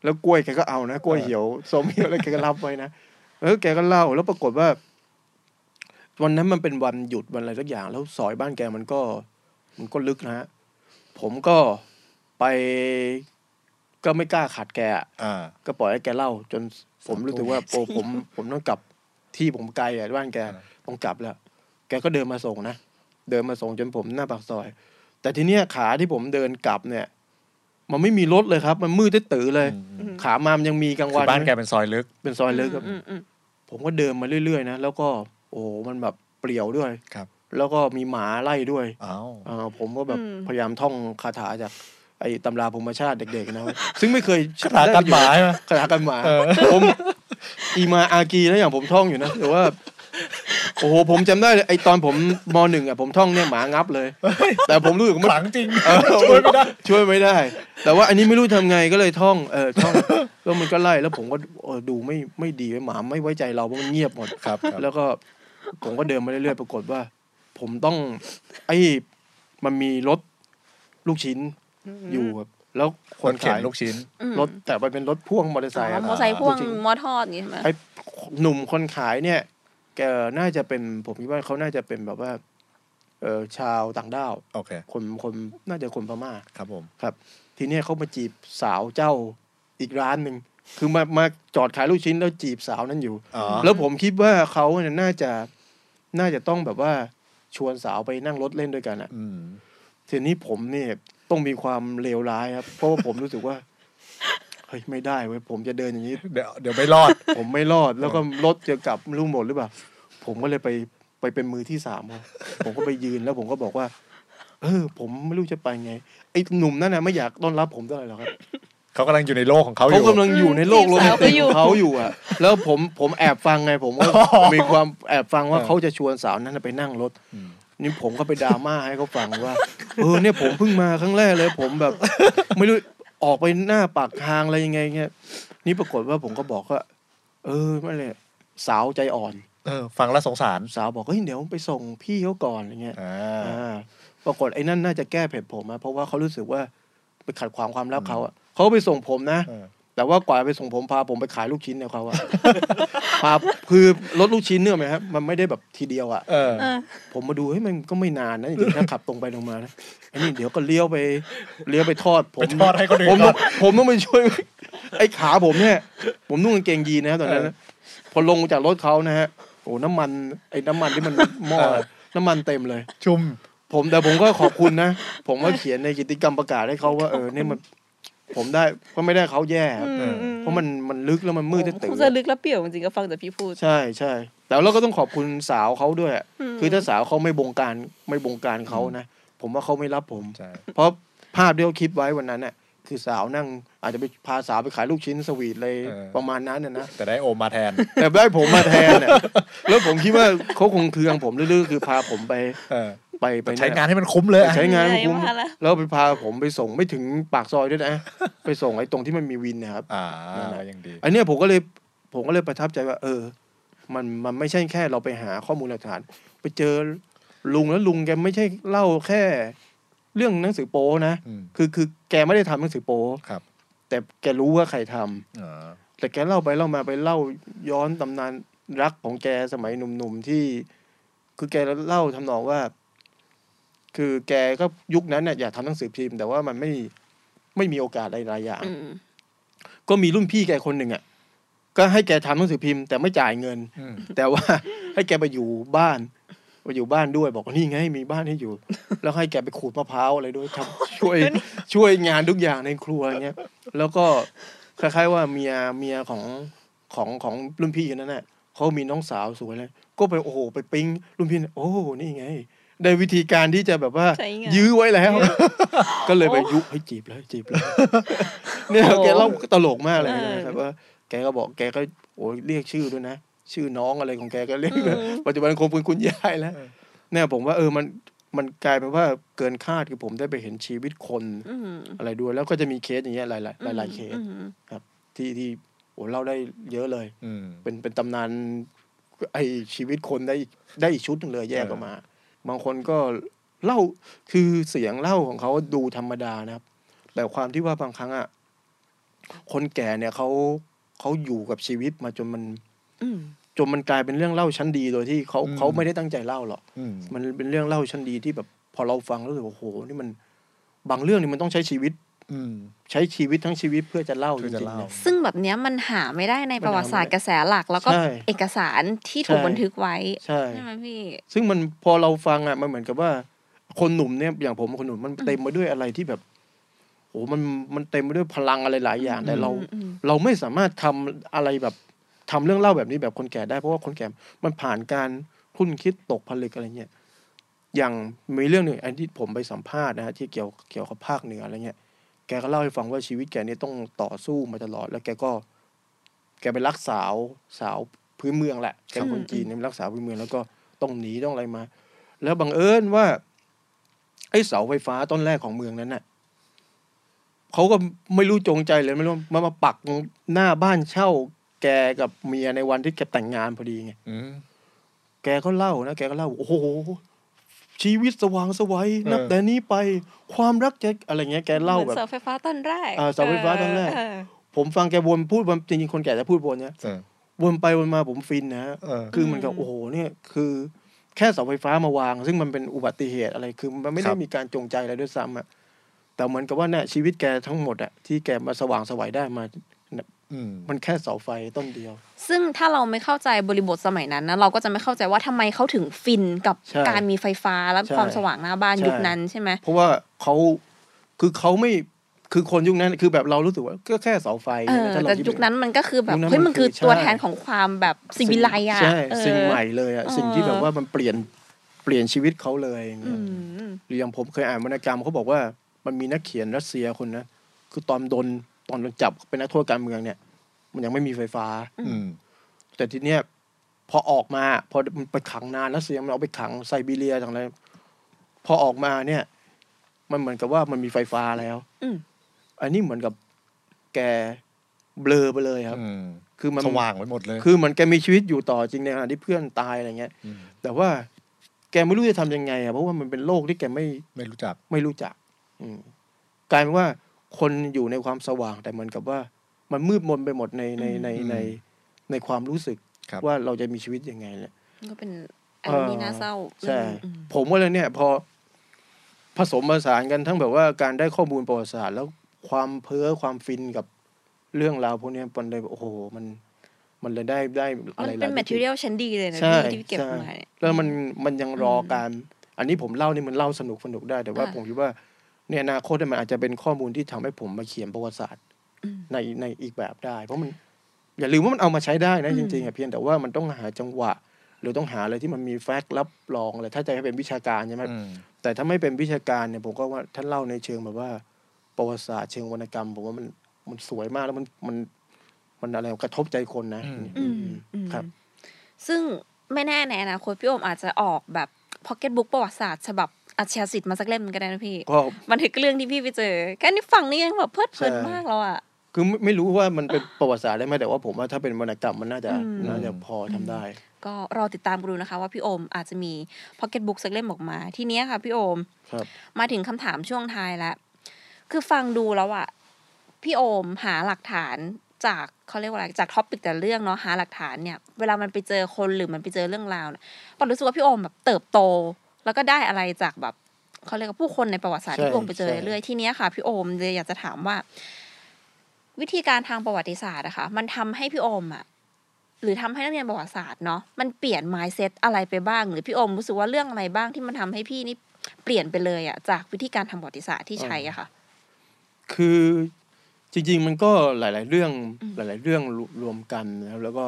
S4: แล้วกล้วยแกก็เอานะกล้วย
S2: เออ
S4: เหี่ยวส้มเหี่ยวแล้วแกก็รับไว้นะแล้วแกก็เล่าแล้วปรากฏว่า วันนั้นมันเป็นวันหยุดวันอะไรสักอย่าง แล้วซอยบ้านแกมันก็ มันก็ลึกนะฮะผมก็ไปก็ไม่กล้าขัดแกอะ
S2: อ่า
S4: ก็ปล่อยให้แกเล่า จนผมรู้สึกว่าโอ้ผม ผมต้องกลับที่ผมไกลอ่ะบ้านแก
S2: เออ
S4: ต้องกลับแล้ว แกก็เดินมาส่งนะ เดินมาส่งจนผมหน้าปากซอย แต่ทีเนี้ยขาที่ผมเดินกลับเนี่ย มันไม่มีรถเลยครับ มันมืดตื้อเลย
S2: อืม
S3: ม
S4: ขามามันยังมีกลาง
S2: คื
S4: วั
S2: อน บ้านแกเป็นซอยลึก
S4: เป็นซอยเลิกครับ
S3: อืมอืม
S4: ผมก็เดินมาเรื่อยๆนะแล้วก็โอ้โหมันแบบเปลี่ยวด้วย
S2: ครับ
S4: แล้วก็มีหมาไล่ด้วย
S2: อ้าว
S4: เอ่อผมก็แบบพยายามท่องคาถาจากไอ้ตำราภูมิชาติเด็กๆนะ ซึ่งไม่เคย
S2: คาถากันหมาใช่ไหม
S4: คาถากันหมา
S2: เออ
S4: ผมอีมาอากีนะอย่างผมท่องอยู่นะแต่ว่า โอ้โหผมจำได้เลยไอ้ตอนผมมหนึ่งอ่ะผมท่องเนี่ยหมางับเลย แต่ผมรู้สึกว่า
S2: ข
S4: มัน
S2: ลังจริง
S4: เออ
S2: ช่วยไม่ได้
S4: ช่วยไม่ได้ แต่ว่าอันนี้ไม่รู้ทำไงก็เลยท่องเออท่อง แล้วมันก็ไล่แล้วผมก็เออดูไม่ไม่ดีไว้หมาไม่ไว้ใจเราเพราะมันเงียบหมด
S2: ครับครับ
S4: แล้วก็ผมก็เดินมาเรื่อยๆปรากฏว่า ผมต้อง ไอ้มันมีรถลูกชิ้นอยู่ครับแล้วค
S2: คน นเข็น
S4: ขาย
S2: ลูกชิ้น
S3: อืม
S4: รถแต่ไปเป็นรถพ่วงมอเตอร์ไซ
S3: อ๋
S4: ค์
S3: อ
S4: อะ
S3: มอเตอร์ไซค์พ่วง
S4: จริง
S3: มอทอดอย่างงี้ใช่ไหม
S4: ไอ้หนุ่มคนขายเนี่ยแกน่าจะเป็นผมคิดว่าเขาน่าจะเป็นแบบว่า เออชาวต่างด้าว
S2: โอเค
S4: คนคนน่าจะคนพม่า
S2: ครับผม
S4: ทีเนี้ยเขามาจีบสาวเจ้าอีกร้านหนึ่ง คือมามาจอดขายลูกชิ้นแล้วจีบสาวนั้นอยู่
S2: อ๋อ
S4: แล้วผมคิดว่าเขาเนี่ยน่าจะน่าจะต้องแบบว่าชวนสาวไปนั่งรถเล่นด้วยกันอะ
S2: อืม
S4: ทีนี้ผมเนี่ยต้องมีความเลวร้ายครับ เพราะว่าผมรู้สึกว่าเฮ้ยไม่ได้เว้ยผมจะเดินอย่างนี้
S2: เดี๋ยวเดี๋ยวไม่รอด
S4: ผมไม่รอดแล้วก็รถจะกลับไม่รู้หมดหรือเปล่า ผมก็เลยไปไปเป็นมือที่สามครับผมก็ไปยืนแล้วผมก็บอกว่า เออ ผมไม่รู้จะไปไงไอ้หนุ่มนั่นน่ะไม่อยากต้อนรับผมเท่าไหร่หรอกครับ
S2: เขากำลังอยู่ในโลกของเขาอ
S4: เขา
S2: ยู่
S4: กำลังอยู่ในโลกโรแมนติกของเขาอยู่อ่ะ แล้วผมผมแอบฟังไงผมก็ มีความแอบฟังว่า
S2: เออ
S4: เขาจะชวนสาวนั้นนะไปนั่งรถ
S2: อืม
S4: นี่ผมก็ไปดราม่าให้เขาฟังว่า เออเนี่ยผมเพิ่งมาครั้งแรกเลย ผมแบบ ไม่รู้ออกไปหน้าปากทางอะไรยังไงเงี้ยนี่ปรากฏว่าผมก็บอกว่าเออไม่เลยสาวใจอ่อน
S2: เออ ฟังแล้วสงสาร
S4: สาวบอกเฮ้ยเดี๋ยวไปส่งพี่เขาก่อนอะไรเงี้ย
S2: อ่า
S4: อ่าปรากฏไอ้นั่นน่าจะแก้เผ็ดผมอะเพราะว่าเขารู้สึกว่าไปขัดขวางความลับเขาอะเขาก็ไปส่งผมนะ
S2: เออ
S4: แต่ว่ากว่าไปส่งผมพาผมไปขายลูกชิ้นเนี่ยเขา อะ พาคือรถลูกชิ้นเนี่ยไหมครับมันไม่ได้แบบทีเดียวอะ
S2: เออ
S3: เออ
S4: ผมมาดูเฮ้ยมันก็ไม่นานนะจริงๆถ้าขับตรงไปตรงมานะไอ้นี่เดี๋ยวก็เลี้ยวไปเลี้ยวไปทอดผม
S2: ไปทอดให้คนอื่น
S4: ผม
S2: ก่
S4: ต้
S2: อ
S4: อน งผมต้องไปช่วย ไอ้ขาผมเนี่ย ผมนุ่งกางเกงยีนนะครับตอนนั้นนะพอลงจากรถเขานะฮะโอ้น้ำมันไอ้น้ำมันที่มันหม้อ
S2: เออ
S4: น้ำมันเต็มเลย
S2: ชุ่ม
S4: ผมแต่ผมก็ขอบคุณนะ ผมก็เขียนในกิจกรรมประกาศให้เขาว่าเออเนี่ยมัน ผมได้ก็ไม่ได้เขาแย่ครับ
S2: เอออื
S4: เพราะมันมันลึกแล้วมันมืด
S3: จะ
S4: จะตื่
S3: คน งจะลึกและเปรี่ยวจริงๆก็ฟังจากพี่พูด
S4: ใช่ใช่แต่เราก็ต้องขอบคุณสาวเขาด้วย
S3: อืม
S4: คือถ้าสาวเขาไม่บงการไม่บงการเขานะผมว่าเขาไม่รับผม
S2: ใช่
S4: เพราะภาพที่เขาคิดไว้วันนั้นน่ะคือสาวนั่ง อาจจะไปพาสาวไปขายลูกชิ้นสวีทเลย
S2: เออ
S4: ประมาณนั้นน่ะนะ
S2: แต่ได้โอมมาแทน
S4: แต่ได้ผมมาแทนน่ะแล้วผมคิดว่าเขาคงเคืองผมเรื่อยๆคือพาผมไป
S2: เออ
S4: ไปไป
S2: แต่ใช้งานให้มันคุ้มเลย
S4: ไป
S2: อะ
S4: ใช้งาน
S3: เหนื่อย
S4: คุ้ม
S3: มากแล้ว
S4: แล้วไปพาผมไปส่งไม่ถึงปากซอยด้วยนะ ไปส่งไอ้ตรงที่มันมีวินนะครับ
S2: อ่า
S4: นั่นแหละ
S2: ยังดี
S4: อันเนี้ยผมก็เลยผมก็เลยประทับใจว่า เออ มันมันไม่ใช่แค่เราไปหาข้อมูลหลักฐาน ไปเจอลุงแล้วลุงแกไม่ใช่เล่าแค่ เรื่องหนังสือโป้นะ
S2: อืม
S4: คือคือแกไม่ได้ทำหนังสือโป้
S2: ครับ
S4: แต่แกรู้ว่าใครทำ
S2: อ่า
S4: แต่แกเล่าไปเล่ามาไปเล่าย้อนตำนานรักของแกสมัยหนุ่มๆที่ คือแกเล่าทำนองว่า คือแกก็ยุคนั้นน่ะอยากทำหนังสือพิมพ์ แต่ว่ามันไม่ไม่มีโอกาสหลายๆอย่าง
S3: อืม
S4: ก็มีรุ่นพี่แกคนหนึ่งอ่ะ ก็ให้แกทำหนังสือพิมพ์แต่ไม่จ่ายเงิน
S2: อืม
S4: แต่ว่า ให้แกไปอยู่บ้านไปอยู่บ้านด้วย บอกว่านี่ไงมีบ้านให้อยู่ แล้วให้แกไปขูดมะพร้าวอะไรด้วยทำ ช่วยช่วยงานทุกอย่างในครัวอย่างเงี้ยแล้วก็คล้ายๆว่าเมียเมียของของของรุ่นพี่คนนั้นน่ะเขามีน้องสาวสวยเลยก็ไปโอ้โหไปปิ๊งรุ่นพี่น่ะโอ้นี่ไง ได้วิธีการที่จะแบบว่า
S3: ใช้งาน
S4: ยื้อไว้ แล้ว ก็เลยไป
S3: โอ้
S4: ยุให้จีบเลยจีบเลย เนี่ย
S3: โอ้
S4: แกเล่าตลกมากเลย
S3: เออ
S4: นะครับว่าแกก็บอกแกก็โอ้ยเรียกชื่อด้วยนะ ชื่อน้องอะไรของแกก็เรียก
S3: อืม
S4: ปัจจุบันคงเป็นคุณยายแล้วเนี่ยผมว่าเออมันมันกลายเป็นว่าเกินคาดคือผมได้ไปเห็นชีวิตคน
S3: อืม
S4: อะไรด้วย แล้วก็จะมีเคสอย่างเงี้ยหลายๆหลายๆเคส
S3: อืม
S4: ที่ที่โอ้เล่าได้เยอะเลย
S2: อืม
S4: เป็นเป็นตำนานไอชีวิตคนได้ได้อีกชุดหนึ่งเลยแยกออกมา บางคนก็เล่าคือเสียงเล่าของเขาดูธรรมดานะครับ แต่ความที่ว่าบางครั้งอ่ะคนแก่เนี่ยเขาเขาอยู่กับชีวิตมาจนมัน
S3: อืม
S4: จนมันกลายเป็นเรื่องเล่าชั้นดีโดยที่เขา
S2: อืม
S4: เขาไม่ได้ตั้งใจเล่าหรอก
S2: อืม
S4: มันเป็นเรื่องเล่าชั้นดีที่แบบ พอเราฟังแล้วรู้สึกว่าโอ้โหนี่มัน บางเรื่องนี่มันต้องใช้ชีวิต
S2: อืม
S4: ใช้ชีวิตทั้งชีวิตเพื่อจะเล่าจ
S2: คือจะ
S4: ริง
S2: เล่า
S4: ๆนะ
S3: ซึ่งแบบเนี้ยมันหาไม่ได้ในประวัติศาสตร์กระแสหลัก แล้วก็
S4: ใช่
S3: เอกสารที่ถูก
S4: ใช่
S3: บันทึกไว้
S4: ใช่
S3: ใช่ไหมพี่
S4: ซึ่งมันพอเราฟังอ่ะมันเหมือนกับว่า คนหนุ่มเนี่ยอย่างผมคนหนุ่มมันเต็มไปด้วยอะไรที่แบบโอ้มันมันเต็มไปด้วยพลังอะไรหลายอย่างแต่เรา
S3: อืมอืม
S4: เราไม่สามารถทำอะไรแบบทำเรื่องเล่าแบบนี้แบบคนแก่ได้เพราะว่าคนแก่มันผ่านการคุ้นคิดตกผลึกอะไรเงี้ยอย่างมีเรื่องหนึ่งอันที่ผมไปสัมภาษณ์นะฮะที่เกี่ยวเกี่ยวกับภาคเหนืออะไรเงี้ยแกก็เล่าให้ฟังว่าชีวิตแกเนี่ยต้องต่อสู้มาตลอด แล้วแกก็ แกไปรักสาวสาวพื้นเมืองแหละแกเป็นคนจีนเนี่ยไปรักสาวพื้นเมืองแล้วก็ต้องหนีต้องอะไรมา แล้วบังเอิญว่า ไอ้เสาไฟฟ้าต้นแรกของเมืองนั้นน่ะเขาก็ไม่รู้จงใจเลยไม่รู้มามาปักหน้าบ้านเช่า แกกับเมียในวันที่แกแต่งงานพอดีไง
S2: อืม
S4: แกก็เล่านะแกก็เล่าโอ้โหชีวิตสว่างไสวัย
S2: เออ
S4: นับแต่นี้ไปความรักจะอะไรเงี้ยแกเล่า
S3: หมื
S4: แบ
S3: อน
S4: บ
S3: เสาไฟฟ้าต้นแรก
S4: อ่าเสาไฟฟ้าต้นแรก
S3: เออ
S4: ผมฟังแกวนพูดวนจริงๆคนแก่จะพูดวนเนี่ย
S2: เออ
S4: วนไปวนมาผมฟินนะฮะ
S2: เออ
S4: คือเหมันกับโอ้โหเนี่ยคือแค่เสาไฟฟ้ามาวาง ซึ่งมันเป็นอุบัติเหตุอะไรคือมัน
S2: ค
S4: ไม่ได้
S2: รับ
S4: มีการจงใจอะไรด้วยซ้ำอะแต่เหมือนกับว่าเนี่ยชีวิตแกทั้งหมดอะที่แกมาสว่างไสวัยได้มา
S2: อืม
S4: มันแค่เสาไฟต้นเดียว
S3: ซึ่งถ้าเราไม่เข้าใจบริบทสมัยนั้นนะเราก็จะไม่เข้าใจว่าทำไมเขาถึงฟินกับ
S4: ใช่
S3: การมีไฟฟ้าและ
S4: ใช่
S3: ความสว่างหน้าบ้าน
S4: ใช่
S3: ยุคนั้นใช่ไหม
S4: เพราะว่าเขาคือเขาไม่คือคนยุคนั้นคือแบบเรารู้สึกว่าก็แค่เสาไฟ
S3: เออ
S4: ถ้าเรา
S3: แต่
S4: ด
S3: ยุค
S4: ถึง
S3: นั้นมันก็คือแบบ
S4: ยุคนั้น
S3: เฮ้ย
S4: มั
S3: มัน น
S4: คื
S3: คือ อตัว
S4: ใช่
S3: แทนของความแบบสิ่งวิไลอ่ะ
S4: ใช่
S3: เออ
S4: สิ่งใหม่เลยอะ
S3: เออ
S4: สิ่งที่แบบว่ามันเปลี่ยนเปลี่ยนชีวิตเขาเลยอย่างเงี้
S3: อื
S4: ย
S3: ม
S4: หรืออย่างผมเคยอ่านวรรณกรรมเขาบอกว่ามันมีนักเขียนรัสเซียคนนะคือตอนโดนตอนโดนจับเป็นนักโทษการเมืองเนี่ย มันยังไม่มีไฟฟ้า
S2: อืม
S4: แต่ทีเนี้ยพอออกมา พอมันไปขังนานรัสเซียมันเอาไปขังไซบีเรียอย่างไรพอออกมาเนี่ย มันเหมือนกับว่ามันมีไฟฟ้าแล้ว
S3: อืม
S4: อันนี้เหมือนกับแกเบลอไปเลยครับ
S2: อืม
S4: คือมัน
S2: สว่างไปหมดเลย
S4: คือเหมือนแกมีชีวิตอยู่ต่อจริงในขณะที่เพื่อนตายอะไรเงี้ย
S2: ม
S4: แต่ว่าแกไม่รู้จะทำยังไงอ่ะเพราะว่ามันเป็นโลกที่แกไม่
S2: ไม่รู้จัก
S4: ไม่รู้จัก อืมกลายเป็นว่าคนอยู่ในความสว่างแต่เหมือนกับว่า มันมืดมนไปหมดในในในในในความรู้สึก
S2: ครับ
S4: ว่าเราจะมีชีวิตยังไงเนี่ย
S3: ก็เป็นอันนี้น่าเศร้า
S4: ใช่
S3: อืม
S4: ผมว่าเลยเนี่ย พอผสมผสานกันทั้งแบบว่าการได้ข้อมูลประวัติศาสตร์ แล้วความเพ้อความฟินกับเรื่องราวพวกเนี้ยมันเลยโอ้โหมัน มันเลยได้ได้
S3: มั
S4: อะ
S3: น
S4: ไร
S3: เป็น
S4: หลาย
S3: แม
S4: มิ
S3: ท
S4: ติ
S3: เทียลชั้นดีเลยนะ
S4: ใช่
S3: ที่เก็บ
S4: ใช่
S3: มาเนี่ย
S4: แล้วมันมันยังรอการ อันนี้ผมเล่านี่มันเล่าสนุกสนุกได้ แต่ว่า
S3: อ่า
S4: ผมคิดว่าในอนาคตเนี่ยมันอาจจะเป็นข้อมูลที่ทำให้ผมมาเขียนประวัติศาสตร์ในในอีกแบบได้ เพราะมัน อย่าลืมว่ามันเอามาใช้ได้นะจริงๆอะเพียงแต่ว่ามันต้องหาจังหวะ หรือต้องหาอะไรที่มันมีแฟกต์รับรองอะไรถ้าจะให้เป็นวิชาการใช่ไหม
S2: อืม
S4: แต่ถ้าไม่เป็นวิชาการเนี่ยผมก็ว่าท่านเล่าในเชิงแบบว่า ประวัติศาสตร์เชิงวรรณกรรมผมว่ามันมันสวยมากแล้วมันมันมันอะไรกระทบใจคนนะ
S2: อืม
S4: อืมครับ
S3: ซึ่งไม่แน่ในอนาคตพี่โอมอาจจะออกแบบ พ็อกเก็ตบุ๊กประวัติศาสตร์ฉบับอาชญาสิทธิ์มาสักเล่มก็ได้นะพี่
S4: ก็
S3: บันทึกเรื่องที่พี่ไปเจอ แค่นี้ฟังนี่ยังแบบเพลิดเพลิน
S4: ใช่
S3: มากแล้วอ่ะ
S4: คือไม่ไม่รู้ว่ามันเป็น ประวัติศาสตร์ได้ไหมแต่ว่าผมว่าถ้าเป็นวรรณกรรมมันน่าจะ
S3: อืม
S4: น่าจะพอทำได้
S3: ก็รอติดตามกันดูนะคะ ว่าพี่โอมอาจจะมีพ็อกเก็ตบุ๊กสักเล่มออกมา ทีเนี้ยค่ะพี่โอม
S4: ครับ
S3: มาถึงคำถามช่วงท้ายแล้ว คือฟังดูแล้วอะพี่โอมหาหลักฐานจากเขาเรียกว่าอะไรจากท็อปิกแต่เรื่องเนาะหาหลักฐานเนี่ยเวลามันไปเจอคนหรือมันไปเจอเรื่องราวเนี่ยปอนรู้สึกว่าพี่โอมแบบเติบโต แล้วก็ได้อะไรจากแบบเขาเรียกว่าผู้คนในประวัติศาสตร์
S4: ใช่
S3: ที่พี่โอมไปเจอเรื่อยๆ
S4: ใช่
S3: ที่เนี้ยค่ะพี่โอมเลยอยากจะถามว่า วิธีการทางประวัติศาสตร์อะค่ะมันทำให้พี่โอมอะหรือทำให้นักเรียนประวัติศาสตร์เนาะมันเปลี่ยน mindset อะไรไปบ้าง หรือพี่โอมรู้สึกว่าเรื่องอะไรบ้างที่มันทำให้พี่นี่ เปลี่ยนไปเลยอะจากวิธีการทำประวัติศาสตร์ที่ใช้อะค่ะ
S4: คือจริง ๆ มันก็หลาย ๆ เรื่อง
S3: อืม
S4: หลาย ๆ เรื่องรวรวมกันนะครับแล้วก็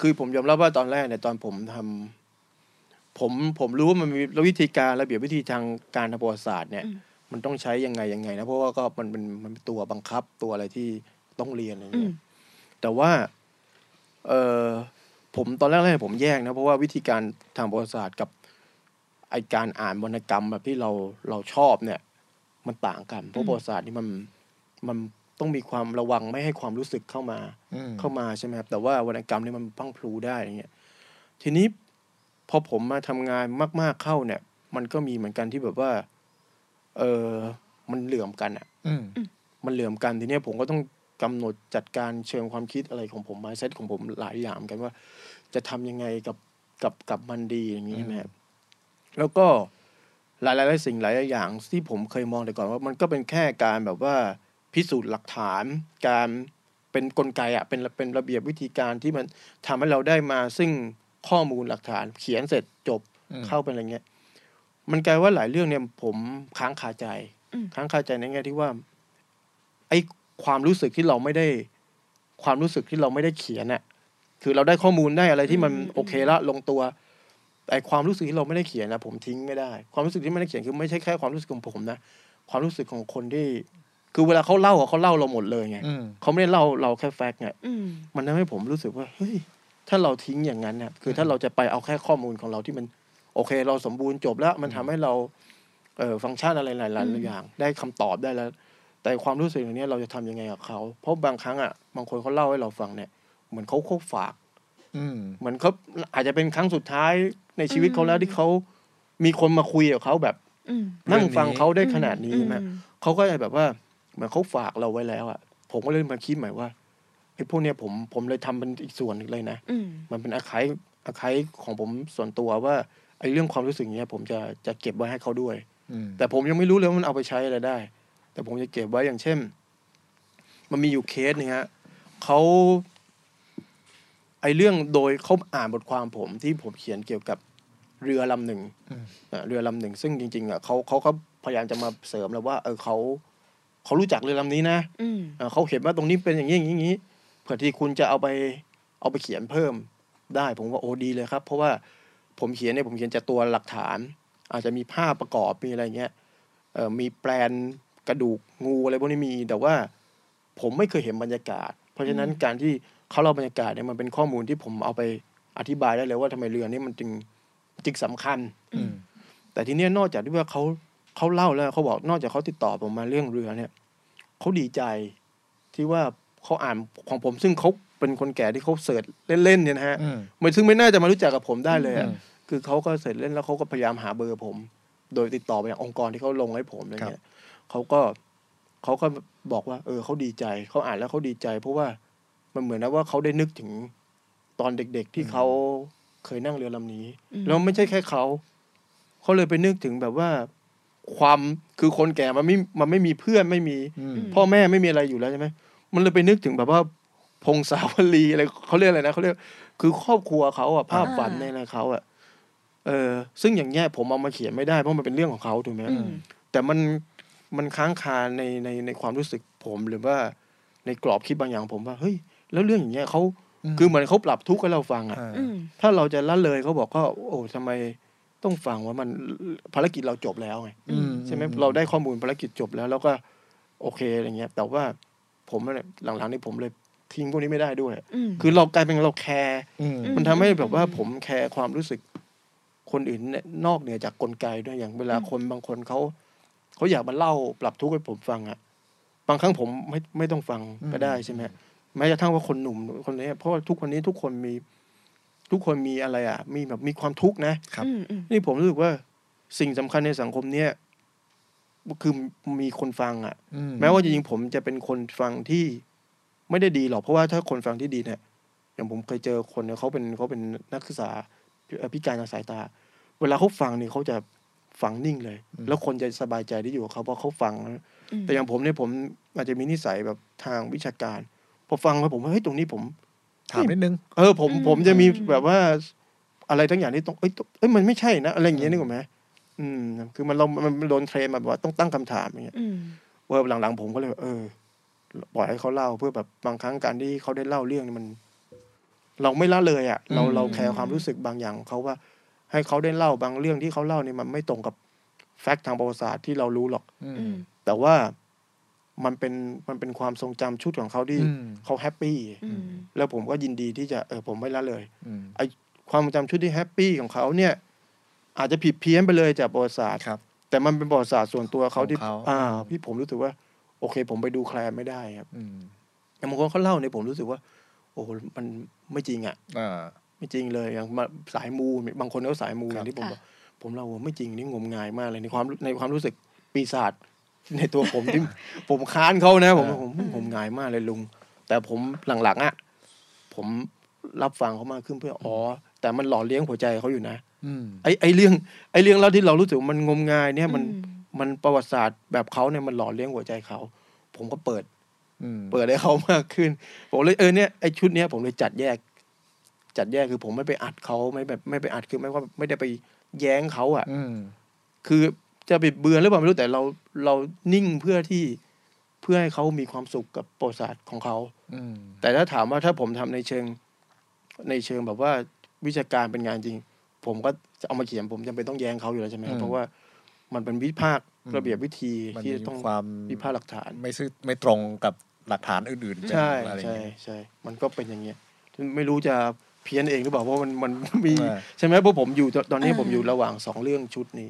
S4: คือผมยอมรับว่าตอนแรกเนี่ยตอนผมทำผมผมรู้ว่ามันมีวิธีการระเบียบวิธีทางการทางประวัติศาสตร์เนี่ย มันต้องใช้ยังไงยังไงนะเพราะว่าก็มันเป็นมันเป็นตัวบังคับตัวอะไรที่ต้องเรียนอะไร
S3: อื
S4: เงี้
S3: ม
S4: ย แต่ว่า เออผมตอนแรกๆผมแยกนะ เพราะว่าวิธีการทางประวัติศาสตร์กับไอการอ่านวรรณกรรมแบบที่เราเราชอบเนี่ย มันต่างกัน เพ
S3: อื
S4: ราะ
S3: ม
S4: ประวัติศาสตร์นี่มันมันต้องมีความระวังไม่ให้ความรู้สึกเข้ามา
S2: อืม
S4: เข้ามาใช่ไหมครับแต่ว่าวรรณกรรมนี่มันพรังพลูได้อย่างเงี้ยทีนี้พอผมมาทำงานมากๆเข้าเนี่ย มันก็มีเหมือนกันที่แบบว่า เออมันเหลื่อมกันอ่ะ
S2: อืม
S4: มันเหลื่อมกันทีเนี้ยผมก็ต้องกำหนดจัดการเชิงความคิดอะไรของผมมาเซตของผมหลายอย่างเหมือนกันว่า จะทำยังไงกับกับกับมันดีอย่างนี้ใช่ไหมครับแล้วก็หลายหลายๆสิ่งหลายๆอย่างที่ผมเคยมองแต่ก่อนว่ามันก็เป็นแค่การแบบว่าพิสูจน์หลักฐาน การเป็นกลไกอะเป็นเป็นระเบียบวิธีการที่มันทำให้เราได้มาซึ่งข้อมูลหลักฐานเขียนเสร็จจบ
S2: อืม
S4: เข้าไปอะไรเงี้ย มันกลายว่าหลายเรื่องเนี่ยผมค้างคาใจ
S3: อืม
S4: ค้างคาใจในแง่ที่ว่า ไอ้ความรู้สึกที่เราไม่ได้ ความรู้สึกที่เราไม่ได้เขียนน่ะ คือเราได้ข้อมูลได้อะไรที่มัน
S3: อืมอืม
S4: โอเคละลงตัว แต่ความรู้สึกที่เราไม่ได้เขียนนะผมทิ้งไม่ได้ ความรู้สึกที่ไม่ได้เขียนคือไม่ใช่แค่ความรู้สึกของผมนะ ความรู้สึกของคนที่ คือเวลาเขาเล่าอะเขาเล่าเราหมดเลยไง
S2: อืม
S4: เขาไม่ได้เล่าเราแค่แฟกต์ไง
S3: อืม
S4: มันทำให้ผมรู้สึกว่าเฮ้ยถ้าเราทิ้งอย่างนั้นเนี่ยคือถ้าเราจะไปเอาแค่ข้อมูลของเราที่มัน โอเค เราสมบูรณ์จบแล้ว มันทำให้เราเออฟังก์ชันอะไรหลาย
S3: อืม
S4: ๆอย่าง ได้คำตอบได้แล้ว แต่ความรู้สึกอย่างเนี้ยเราจะทำยังไงกับเขาเพราะบางครั้งอ่ะบางคนเขาเล่าให้เราฟังเนี่ยเหมือนเขาโคกฝาก
S2: อืม
S4: เหมือนเขาอาจจะเป็นครั้งสุดท้ายในชีวิตเขาแล้วที่เขามีคนมาคุยกับเขาแบบ
S3: อืม
S4: นั่งฟังเขาได้ขนาดนี้
S3: อืม
S4: ใช่ไหม เขาก็จะแบบว่าเหมือนเขาฝากเราไว้แล้วอะผมก็เลยมาคิดใหม่ว่าไอ้พวกเนี้ยผมผมเลยทำเป็นอีกส่วนหนึ่งเลยนะ
S3: อืม
S4: มันเป็นอาคายอาคายของผมส่วนตัวว่าไอ้เรื่องความรู้สึกเนี้ย ผมจะจะเก็บไว้ให้เขาด้วย
S2: อืม
S4: แต่ผมยังไม่รู้เลยว่ามันเอาไปใช้อะไรได้ แต่ผมจะเก็บไว้อย่างเช่น มันมีอยู่เคสหนึงฮะเขาไอเรื่องโดยเขาอ่านบทความผมที่ผมเขียนเกี่ยวกับเรือลำหนึ่งอ่ะเรือลำหนึ่ง ซึ่งจริงๆอ่ะเขาเขาเขาพยายามจะมาเสริมแล้วว่า เออเขาเขารู้จักเรือลำนี้นะ
S3: อืม
S4: เอ่อเขาเห็นว่าตรงนี้เป็นอย่างนี้อย่างนี้อย่างนี้เผื่อที่คุณจะเอาไปเอาไปเขียนเพิ่มได้ผมว่าโอ้ดีเลยครับ เพราะว่าผมเขียนเนี่ยผมเขียนจากตัวหลักฐาน อาจจะมีภาพประกอบมีอะไรเงี้ยเอ่อมีแปลนกระดูกงูอะไรพวกนี้มี แต่ว่าผมไม่เคยเห็นบรรยากาศ เพราะฉะนั้นการที่เขาเล่าบรรยากาศเนี่ยมันเป็นข้อมูลที่ผมเอาไปอธิบายได้เลยว่าทำไมเรือนี่มันจึงจึงสำคัญ
S2: อืม
S4: แต่ทีเนี้ยนอกจากที่ว่าเขาเขาเล่าแล้วเขาบอกนอกจากเขาติดต่อผมมาเรื่องเรือเนี่ยเขาดีใจที่ว่าเขาอ่านของผม ซึ่งเขาเป็นคนแก่ที่เขาเสิร์ชเล่นๆเนี่ยนะฮะ
S2: อืม
S4: มันซึ่งไม่น่าจะมารู้จักกับผมได้เลยอะ
S2: อืม
S4: คือเขาก็เสิร์ชเล่นแล้วเขาก็พยายามหาเบอร์ผม โดยติดต่อไปอย่างองค์กรที่เขาลงให้ผมอะไรเงี้ยเขาก็เขาก็บอกว่า เออเขาดีใจเขาอ่านแล้วเขาดีใจ เพราะว่ามันเหมือนนะว่าเขาได้นึกถึงตอนเด็ก ๆ ที่
S2: อืม
S4: เขาเคยนั่งเรือลำนี้
S3: อืม
S4: แล้วไม่ใช่แค่เขา เขาเลยไปนึกถึงแบบว่าความคือคนแก่มันไม่มันไม่มีเพื่อนไม่มี
S2: อืม
S4: พ่อแม่ไม่มีอะไรอยู่แล้วใช่ไหมมันเลยไปนึกถึงแบบว่า พงศาวลีอะไรเขาเรียกอะไรนะเขาเรียกคือครอบครัวเขาอะภาพฝันในอะไรเขาอะเออ ซึ่งอย่างเงี้ยผมเอามาเขียนไม่ได้เพราะมันเป็นเรื่องของเขาถูกไหม
S3: อืม
S4: แต่มันมันค้างคาในในในความรู้สึกผมหรือว่าในกรอบคิดบางอย่างผมว่าเฮ้ยแล้วเรื่องอย่างเงี้ยเขา
S2: อืม
S4: คือเหมือนเขาปรับทุกข์ให้เราฟังอะ
S2: อ่า
S3: อืม
S4: ถ้าเราจะละเลยเขาบอกก็โอ้ทำไมต้องฟังว่ามันภารกิจเราจบแล้วไง
S2: อืม
S4: ใช่ไหมเราได้ข้อมูลภารกิจจบแล้ว แล้วก็โอเคอะไรเงี้ย แต่ว่าผมเนี่ยหลังๆนี่ผมเลยทิ้งพวกนี้ไม่ได้ด้วย
S3: อืม
S4: คือเรากลายเป็นเราแคร์
S2: อืม
S4: มันทำให้แบบว่าผมแคร์ความรู้สึก คนอื่นเนี่ยนอกเหนือจากกลไกด้วยอย่างเวลาคนบางคนเขาเขาอยากมาเล่าปรับทุกข์ให้ผมฟังอะบางครั้งผมไม่ไม่ต้องฟังก็ได้ใช่ไหมฮะแม้กระทั่งว่าคนหนุ่มคนนี้เพราะว่าทุกคนนี้ทุกคนมี ทุกคนมีอะไรอะมีแบบมีความทุกข์นะ
S2: ครับ
S3: อืมอืม
S4: นี่ผมรู้สึกว่าสิ่งสำคัญในสังคมเนี่ยคือมีคนฟังอะ่ะ
S2: อื
S4: แม้ว่าจริงๆผมจะเป็นคนฟังที่ไม่ได้ดีหรอกเพราะว่าถ้าคนฟังที่ดีเนี่ยอย่างผมเคยเจอคนเนี่ยเขาเป็นเขาเป็นนักศึกษาเอ่อพิการทางสายตา เวลาเขาฟังเนี่ยเขาจะฟังนิ่งเลย แล้วคนจะสบายใจที่อยู่กับเขาเพราะเขาฟังนะ
S3: อืม
S4: แต่อย่างผมเนี่ยผมอาจจะมีนิสัยแบบทางวิชาการ พอฟังแล้วผมว่าเฮ้ยตรงนี้ผม
S2: ถามนิดนึง
S4: เออผมผมจะมีแบบว่าอะไรทั้งอย่างที่ต้องเอ้ยต้องเอ้ยมันไม่ใช่นะ อะไรอย่างเงี้ยนึกออกไหมอืม คือมันเรามันมันโดนเทรนมาแบบว่าต้องตั้งคำถามอย่างเงี้ย
S3: อืม
S4: เออหลังๆผมก็เลยแบบเออปล่อยให้เขาเล่าเพื่อแบบบางครั้งการที่เขาได้เล่าเรื่องเนี่ยมัน เราไม่ละเลยอ่ะ เรา
S2: อืม
S4: เราแคร์ความรู้สึกบางอย่างของเขาว่า ให้เขาได้เล่าบางเรื่องที่เขาเล่าเนี่ยมันไม่ตรงกับแฟกต์ทางประวัติศาสตร์ที่เรารู้หรอก
S2: อืม
S3: อืม
S4: แต่ว่ามันเป็นมันเป็นความทรงจำชุดของเขาที่
S2: อืม
S4: เขาแฮปปี้
S3: อืม
S4: แล้วผมก็ยินดีที่จะเออผมไม่ละเลย
S2: อืม
S4: ความทรงจำชุดที่แฮปปี้ของเขาเนี่ย อาจจะผิดเพี้ยนไปเลยจากประวัติศาสตร์
S2: ครับ
S4: แต่มันเป็นประวัติศาสตร์ส่วนตัวเขาที่
S2: ของเขา
S4: อ่าพี่ผมรู้สึกว่า โอเค ผมไปดูแคลนไม่ได้ครับ
S2: อืม
S4: แต่บางคนเขาเล่าเนี่ยผมรู้สึกว่า โอ้โหมันไม่จริงอ่ะ
S2: อ่า
S4: ไม่จริงเลยอย่างมาสายมูบางคนเขาสายมู
S2: ครับ
S4: อย่างที่ผม
S3: ค่ะ
S4: บอกผมเล่าว่าไม่จริงนี่งมงายมากเลยในความในความรู้สึกปีศาจ ในตัวผม ที่ ผมค้านเขานะผมผมผมผมงายมากเลยลุง แต่ผมหลังๆอ่ะผมรับฟังเขามากขึ้นเพื่ออ๋อแต่มันหล่อเลี้ยงหัวใจเขาอยู่นะ
S2: อืม
S4: ไอไอเรื่องไอเรื่องเล่าที่เรารู้สึกว่ามันงมงายเนี่ยมัน
S3: อืม
S4: มันประวัติศาสตร์แบบเขาเนี่ยมันหล่อเลี้ยงหัวใจเขาผมก็เปิด
S2: อืม
S4: เปิดให้เขามากขึ้น ผมเลยเออเนี่ยไอชุดเนี้ยผมเลยจัดแยก จัดแยกคือผมไม่ไปอัดเขาไม่แบบไม่ไปอัดคือไม่ว่าไม่ได้ไปแย้งเขาอะ่ะ
S2: อืม
S4: คือจะบิดเบือนหรือเปล่าไม่รู้แต่เราเรานิ่งเพื่อที่เพื่อให้เขามีความสุขกับประวัติศาสตร์ของเขา
S2: อืม
S4: แต่ถ้าถามว่าถ้าผมทำในเชิง ในเชิงแบบว่าวิชาการเป็นงานจริง ผมก็จะเอามาเขียนผมจำเป็นต้องแย้งเขาอยู่แล้วใช่ไหมครับเพราะว่ามันเป็นวิพากษ์ระเบียบวิธี
S2: มัน
S4: ที่
S2: มี
S4: จะต้อง
S2: ความ
S4: วิพากษ์หลักฐาน
S2: ไม่ซื่อไม่ตรงกับหลักฐานอื่นๆ
S4: ใช่
S2: อะไรอย่าง
S4: ใช่
S2: เงี้ย
S4: ใช่ มันก็เป็นอย่างเงี้ย ไม่รู้จะเพี้ยนเองหรือเปล่าเพราะมันมันมี
S2: เออ
S4: ใช่ไหมเพราะผมอยู่ตอนตอนนี้
S3: เออ
S4: ผมอยู่ระหว่างสองเรื่องชุดนี้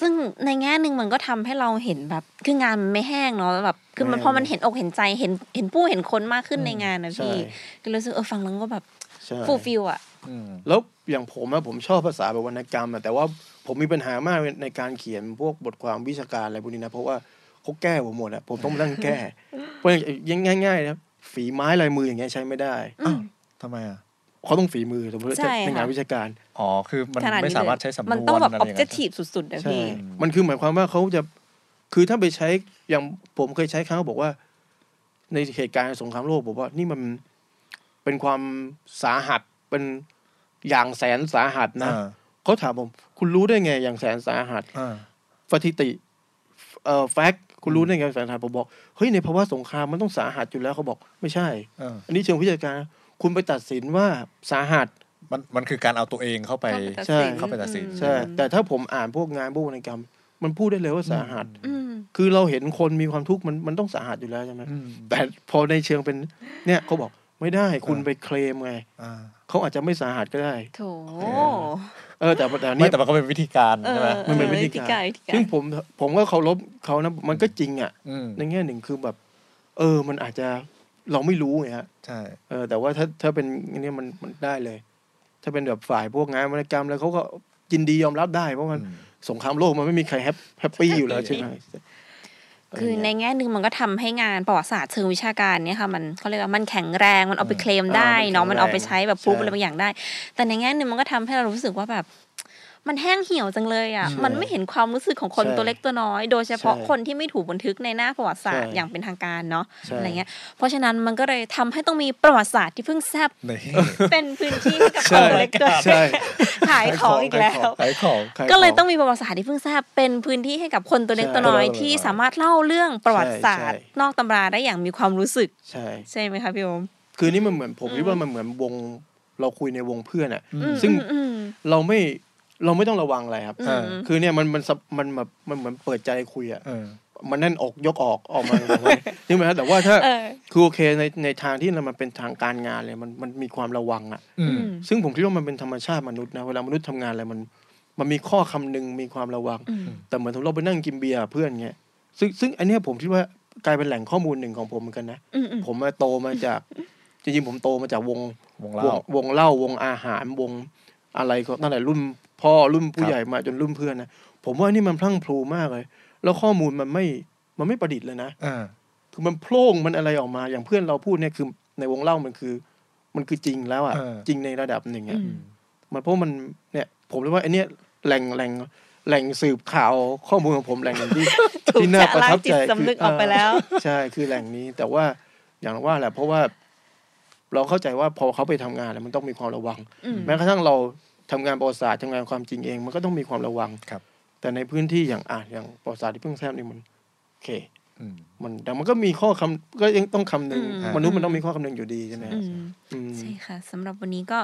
S3: ซึ่งในแง่หนึ่งมันก็ทำให้เราเห็นแบบคืองานมันไม่แห้งเนาะแบบคือมัน
S4: ไม่แห้ง
S3: พอมันเห็นอกเห็นใจเห็นเห็นผู้เห็นคนมากขึ้นในงานนะ
S4: ใช่
S3: พี่ก็รู้สึกเออฟังแล้วก็แบบ
S4: ใช่
S3: ฟูลฟิลอะ
S2: อืม
S4: แล้วอย่างผมอะผมชอบภาษาแบบวรรณกรรมอะแต่ว่าผมมีปัญหามากในการเขียนพวกบทความวิชาการอะไรพวกนี้นะเพราะว่าเขาแก้ผมหมดอะผมต้องมานั่ง แก้ เพราะอย่างง่ายๆนะฝีไม้ลายมืออย่างเงี้ยใช้ไม่ได้
S3: อืม
S2: ทำไมอ่ะ
S4: เขาต้องฝีมือสมมติว่า
S3: ใช่
S4: จะ
S3: ค่ะ
S4: ในงานวิชาการ
S2: อ๋อคือมัน
S3: ขนาด
S2: ไม่
S3: นี้
S2: สามารถใช้สำนวน
S3: มันต้องแบ
S2: ะ
S3: บ
S2: ไรย่างเงี้ย
S3: objective สุดๆนะ
S4: ใช่
S3: พี่
S4: มันคือหมายความว่าเขาจะ คือถ้าไปใช้ อย่างผมเคยใช้ครั้งเขาบอกว่า ในเหตุการณ์สงครามโลกบอกว่า นี่มันเป็นความสาหัส เป็นอย่างแสนสาหัสนะ
S2: อ่า
S4: เขาถามผม คุณรู้ได้ไงอย่างแสนสาหัส
S2: อ่า
S4: สถิติ เอ่อแฟกต์ คุณรู้ได้ไงแสนสาหัส ผมบอก เฮ้ย ในภาวะสงครามมันต้องสาหัสอยู่แล้วเขาบอก ไม่ใช่
S2: อ่า
S4: อันนี้เชิงวิชาการ คุณไปตัดสินว่าสาหัส
S2: มันมันคือการเอาตัวเองเข้าไป
S4: ใช่
S2: เข้าไปตัดสิน
S4: ใช่ แต่ถ้าผมอ่านพวกงานพวกวรรณกรรม มันพูดได้เลยว่าสาหัส
S3: อืม
S4: คือเราเห็นคนมีความทุกข์มันมันต้องสาหัสอยู่แล้วใช่ไหม
S2: อืม
S4: แต่พอในเชิงเป็นเนี่ยเขาบอกไม่ได้คุณไปเคลมไง
S2: อ่า
S4: เขาอาจจะไม่สาหัสก็ได้
S3: โถ
S4: เออแต่แต่
S2: ไม่
S4: เนี่ย
S2: แต่มันก็เป็นวิธีการ
S3: เออ
S2: ใช่ไหม
S4: มันเป็น
S3: เออ
S4: วิธี
S3: วิธี
S4: กา
S3: การ
S4: ร
S3: วิธีการ
S4: ซึ่งผมผมก็เคารพเขานะมันก็จริงอ่ะ
S2: อืม
S4: ในแง่หนึ่งคือแบบ เออมันอาจจะเราไม่รู้ไงฮะ
S2: ใช่
S4: เออแต่ว่าถ้าถ้าเป็นอันเนี้ยมันมันได้เลย ถ้าเป็นแบบฝ่ายพวกงานวรรณกรรมแล้วเขาก็ยินดียอมรับได้เพราะมัน
S2: อืม
S4: สงครามโลกมันไม่มีใครแฮปแฮปปี้อยู่แล้วใช่ไหม
S3: คือในแง่หนึ่งมันก็ทำให้งานประวัติศาสตร์เชิงวิชาการเนี่ยค่ะมันเขาเรียกว่ามันแข็งแรงมันเอาไปเคลมได้เนาะมันเอาไปใช้แบบพูดอะไรบางอย่างได้ แต่ในแง่หนึ่งมันก็ทำให้เรารู้สึกว่าแบบ มันแห้งเหี่ยวจังเลยอ่ะมันไม่เห็นความรู้สึกของคนตัวเล็กตัวน้อย โดยเฉพาะคนที่ไม่ถูกบันทึกในหน้าประวัติศาสตร์อย่างเป็นทางการเนาะอะไรเงี้ยเพราะฉะนั้นมันก็เลยทำให้ต้องมีประวัติศาสตร์ที่เพิ่งแซบ
S2: ใน
S3: เป็นพื้นที่ให้กับคนตัวเล็กตัวน้อย
S4: ใช่
S3: ขายของอีกแล้ว
S2: ขายของ
S4: ใคร
S3: ก็เลย
S4: บ
S3: ต้องมีประวัติศาสตร์ที่เพิ่งทราบเป็นพื้นที่ให้กับคนตัวเล็ก
S4: ใช่
S3: ตัวน้อย
S2: ใช่
S3: ที่สามารถเล่าเรื่องประวัติศาสตร์
S4: ใช่
S3: นอกตำราได้อย่างมีความรู้สึก
S4: ใช่
S3: ใช่ไหมคะพี่โอม
S4: คือนี่มันเหมือนผมคิดว่ามันเหมือนวงเราคุยในวงเพื่อนอะ
S2: อืม
S4: ซึ่ง
S3: อืม
S4: เราไม่เราไม่ต้องระวังอะไรครับ
S2: เออ
S4: คือเนี่ยมันมันสับมันแบบมันเหมือนเปิดใจคุยอะ
S2: เออ
S4: มันแน่นอกยกออกออกมา นี่ไหมครับแต่ว่าถ้า
S3: เออ
S4: คือโอเคในในทางที่มันเป็นทางการงานเลยมันมันมีความระวังอะ
S2: อื
S3: อื
S2: ม
S3: ม
S4: ซึ่งผมคิดว่ามันเป็นธรรมชาติมนุษย์นะเวลามนุษย์ทำงานอะไรมัน มันมีข้อคำหนึงมีความระวัง
S3: อืม
S4: แต่เหมือนเราไปนั่งกินเบียร์กับเพื่อนเงี้ยซึ่งซึ่งอันเนี้ยผมคิดว่ากลายเป็นแหล่งข้อมูลหนึ่งของผมเหมือนกันนะ
S3: อืมอืม
S4: ผมมาโตมาจาก จริงๆ ผมโตมาจากวง
S2: วง
S4: ว
S2: เล่า
S4: งวงเล่าวงอาหารวงอะไรก็ตั้งแต่รุ่นพ่อรุ่นผู้
S2: ครับ
S4: ใหญ่มาจนรุ่นเพื่อนนะผมว่านี่มันพลั่งพลูมากเลย แล้วข้อมูลมันไม่มันไม่ประดิษฐ์เลยนะ
S2: อ่า
S4: คือมันโพร่งมันอะไรออกมา อย่างเพื่อนเราพูดเนี่ยคือในวงเล่ามันคือ มันคือจริงแล้วอ่ะ จริงในระดับหนึ่ง
S3: อื
S4: อ่ะ
S3: ม
S4: มันเพราะมันเนี่ย ผมเลยว่าไอเนี้ยแหล่งแหล่งแหล่งสืบข่าวข้อมูลของผมแหล่งหนึ่งที่
S3: ถูก
S4: ที่น่า
S3: จะ
S4: ประ
S3: ล้าง
S4: ทับ
S3: จิ
S4: ใจ
S3: ต
S4: คือ
S3: สำนึกออกไป
S4: เอ่อ
S3: แล้ว
S4: ใช่คือแหล่งนี้แต่ว่าอย่างว่าแหละเพราะว่าเราเข้าใจว่าพอเขาไปทำงานแล้วมันต้องมีความระวัง
S3: อืม
S4: แม้กระทั่งเราทำงานประวัติศาสตร์ทำงานความจริงเอง มันก็ต้องมีความระวัง
S2: ครับ
S4: แต่ในพื้นที่อย่างอ่ะอย่างประวัติศาสตร์ที่เพิ่งแทบนี่มันโอเค
S2: อืม
S4: มันแต่มันก็มีข้อคำก็ยังต้องคำนึง
S3: อืม
S4: มนุษย์มันต้องมีข้อคำนึงอยู่ดีใช่ไหม
S3: อืม
S4: อืม
S3: ใช่ค่ะสำหรับวันนี้ก็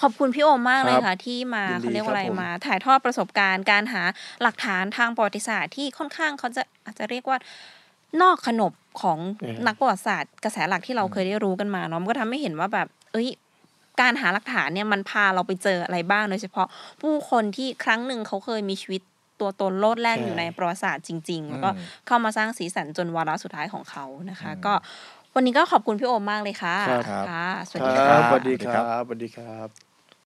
S3: ขอบคุณพี่โอมมากเลยค่ะ ที่มา
S4: ยิ
S3: เขา
S4: นดี
S3: เรียกว่าอะไร
S4: ครับผม
S3: มา ถ่ายทอดประสบการณ์การหาหลักฐานทางประวัติศาสตร์ที่ค่อนข้างเขาจะอาจจะเรียกว่านอกขนบของนักประวัติศาสตร์ กระแสหลักที่เราเคยได้รู้กันมาเนาะมันก็ทำให้เห็นว่าแบบ เอ้ย การหาหลักฐานเนี่ยมันพาเราไปเจออะไรบ้างโดยเฉพาะผู้คนที่ครั้งหนึ่งเขาเคยมีชีวิตตัวตนโลดแล่นอยู่ในประวัติศาสตร์จริง ๆ แล้วก็
S2: อืม
S3: เข้ามาสร้างสีสันจนวาระสุดท้ายของเขานะคะ ก็วันนี้ก็ขอบคุณพี่โอมมากเลยค่ะ
S4: ครับ
S3: ค่ะ สวัส
S4: ค
S3: ดี
S4: รั
S3: ค่ะ
S4: บสวัสดีครับสวัสดีครับ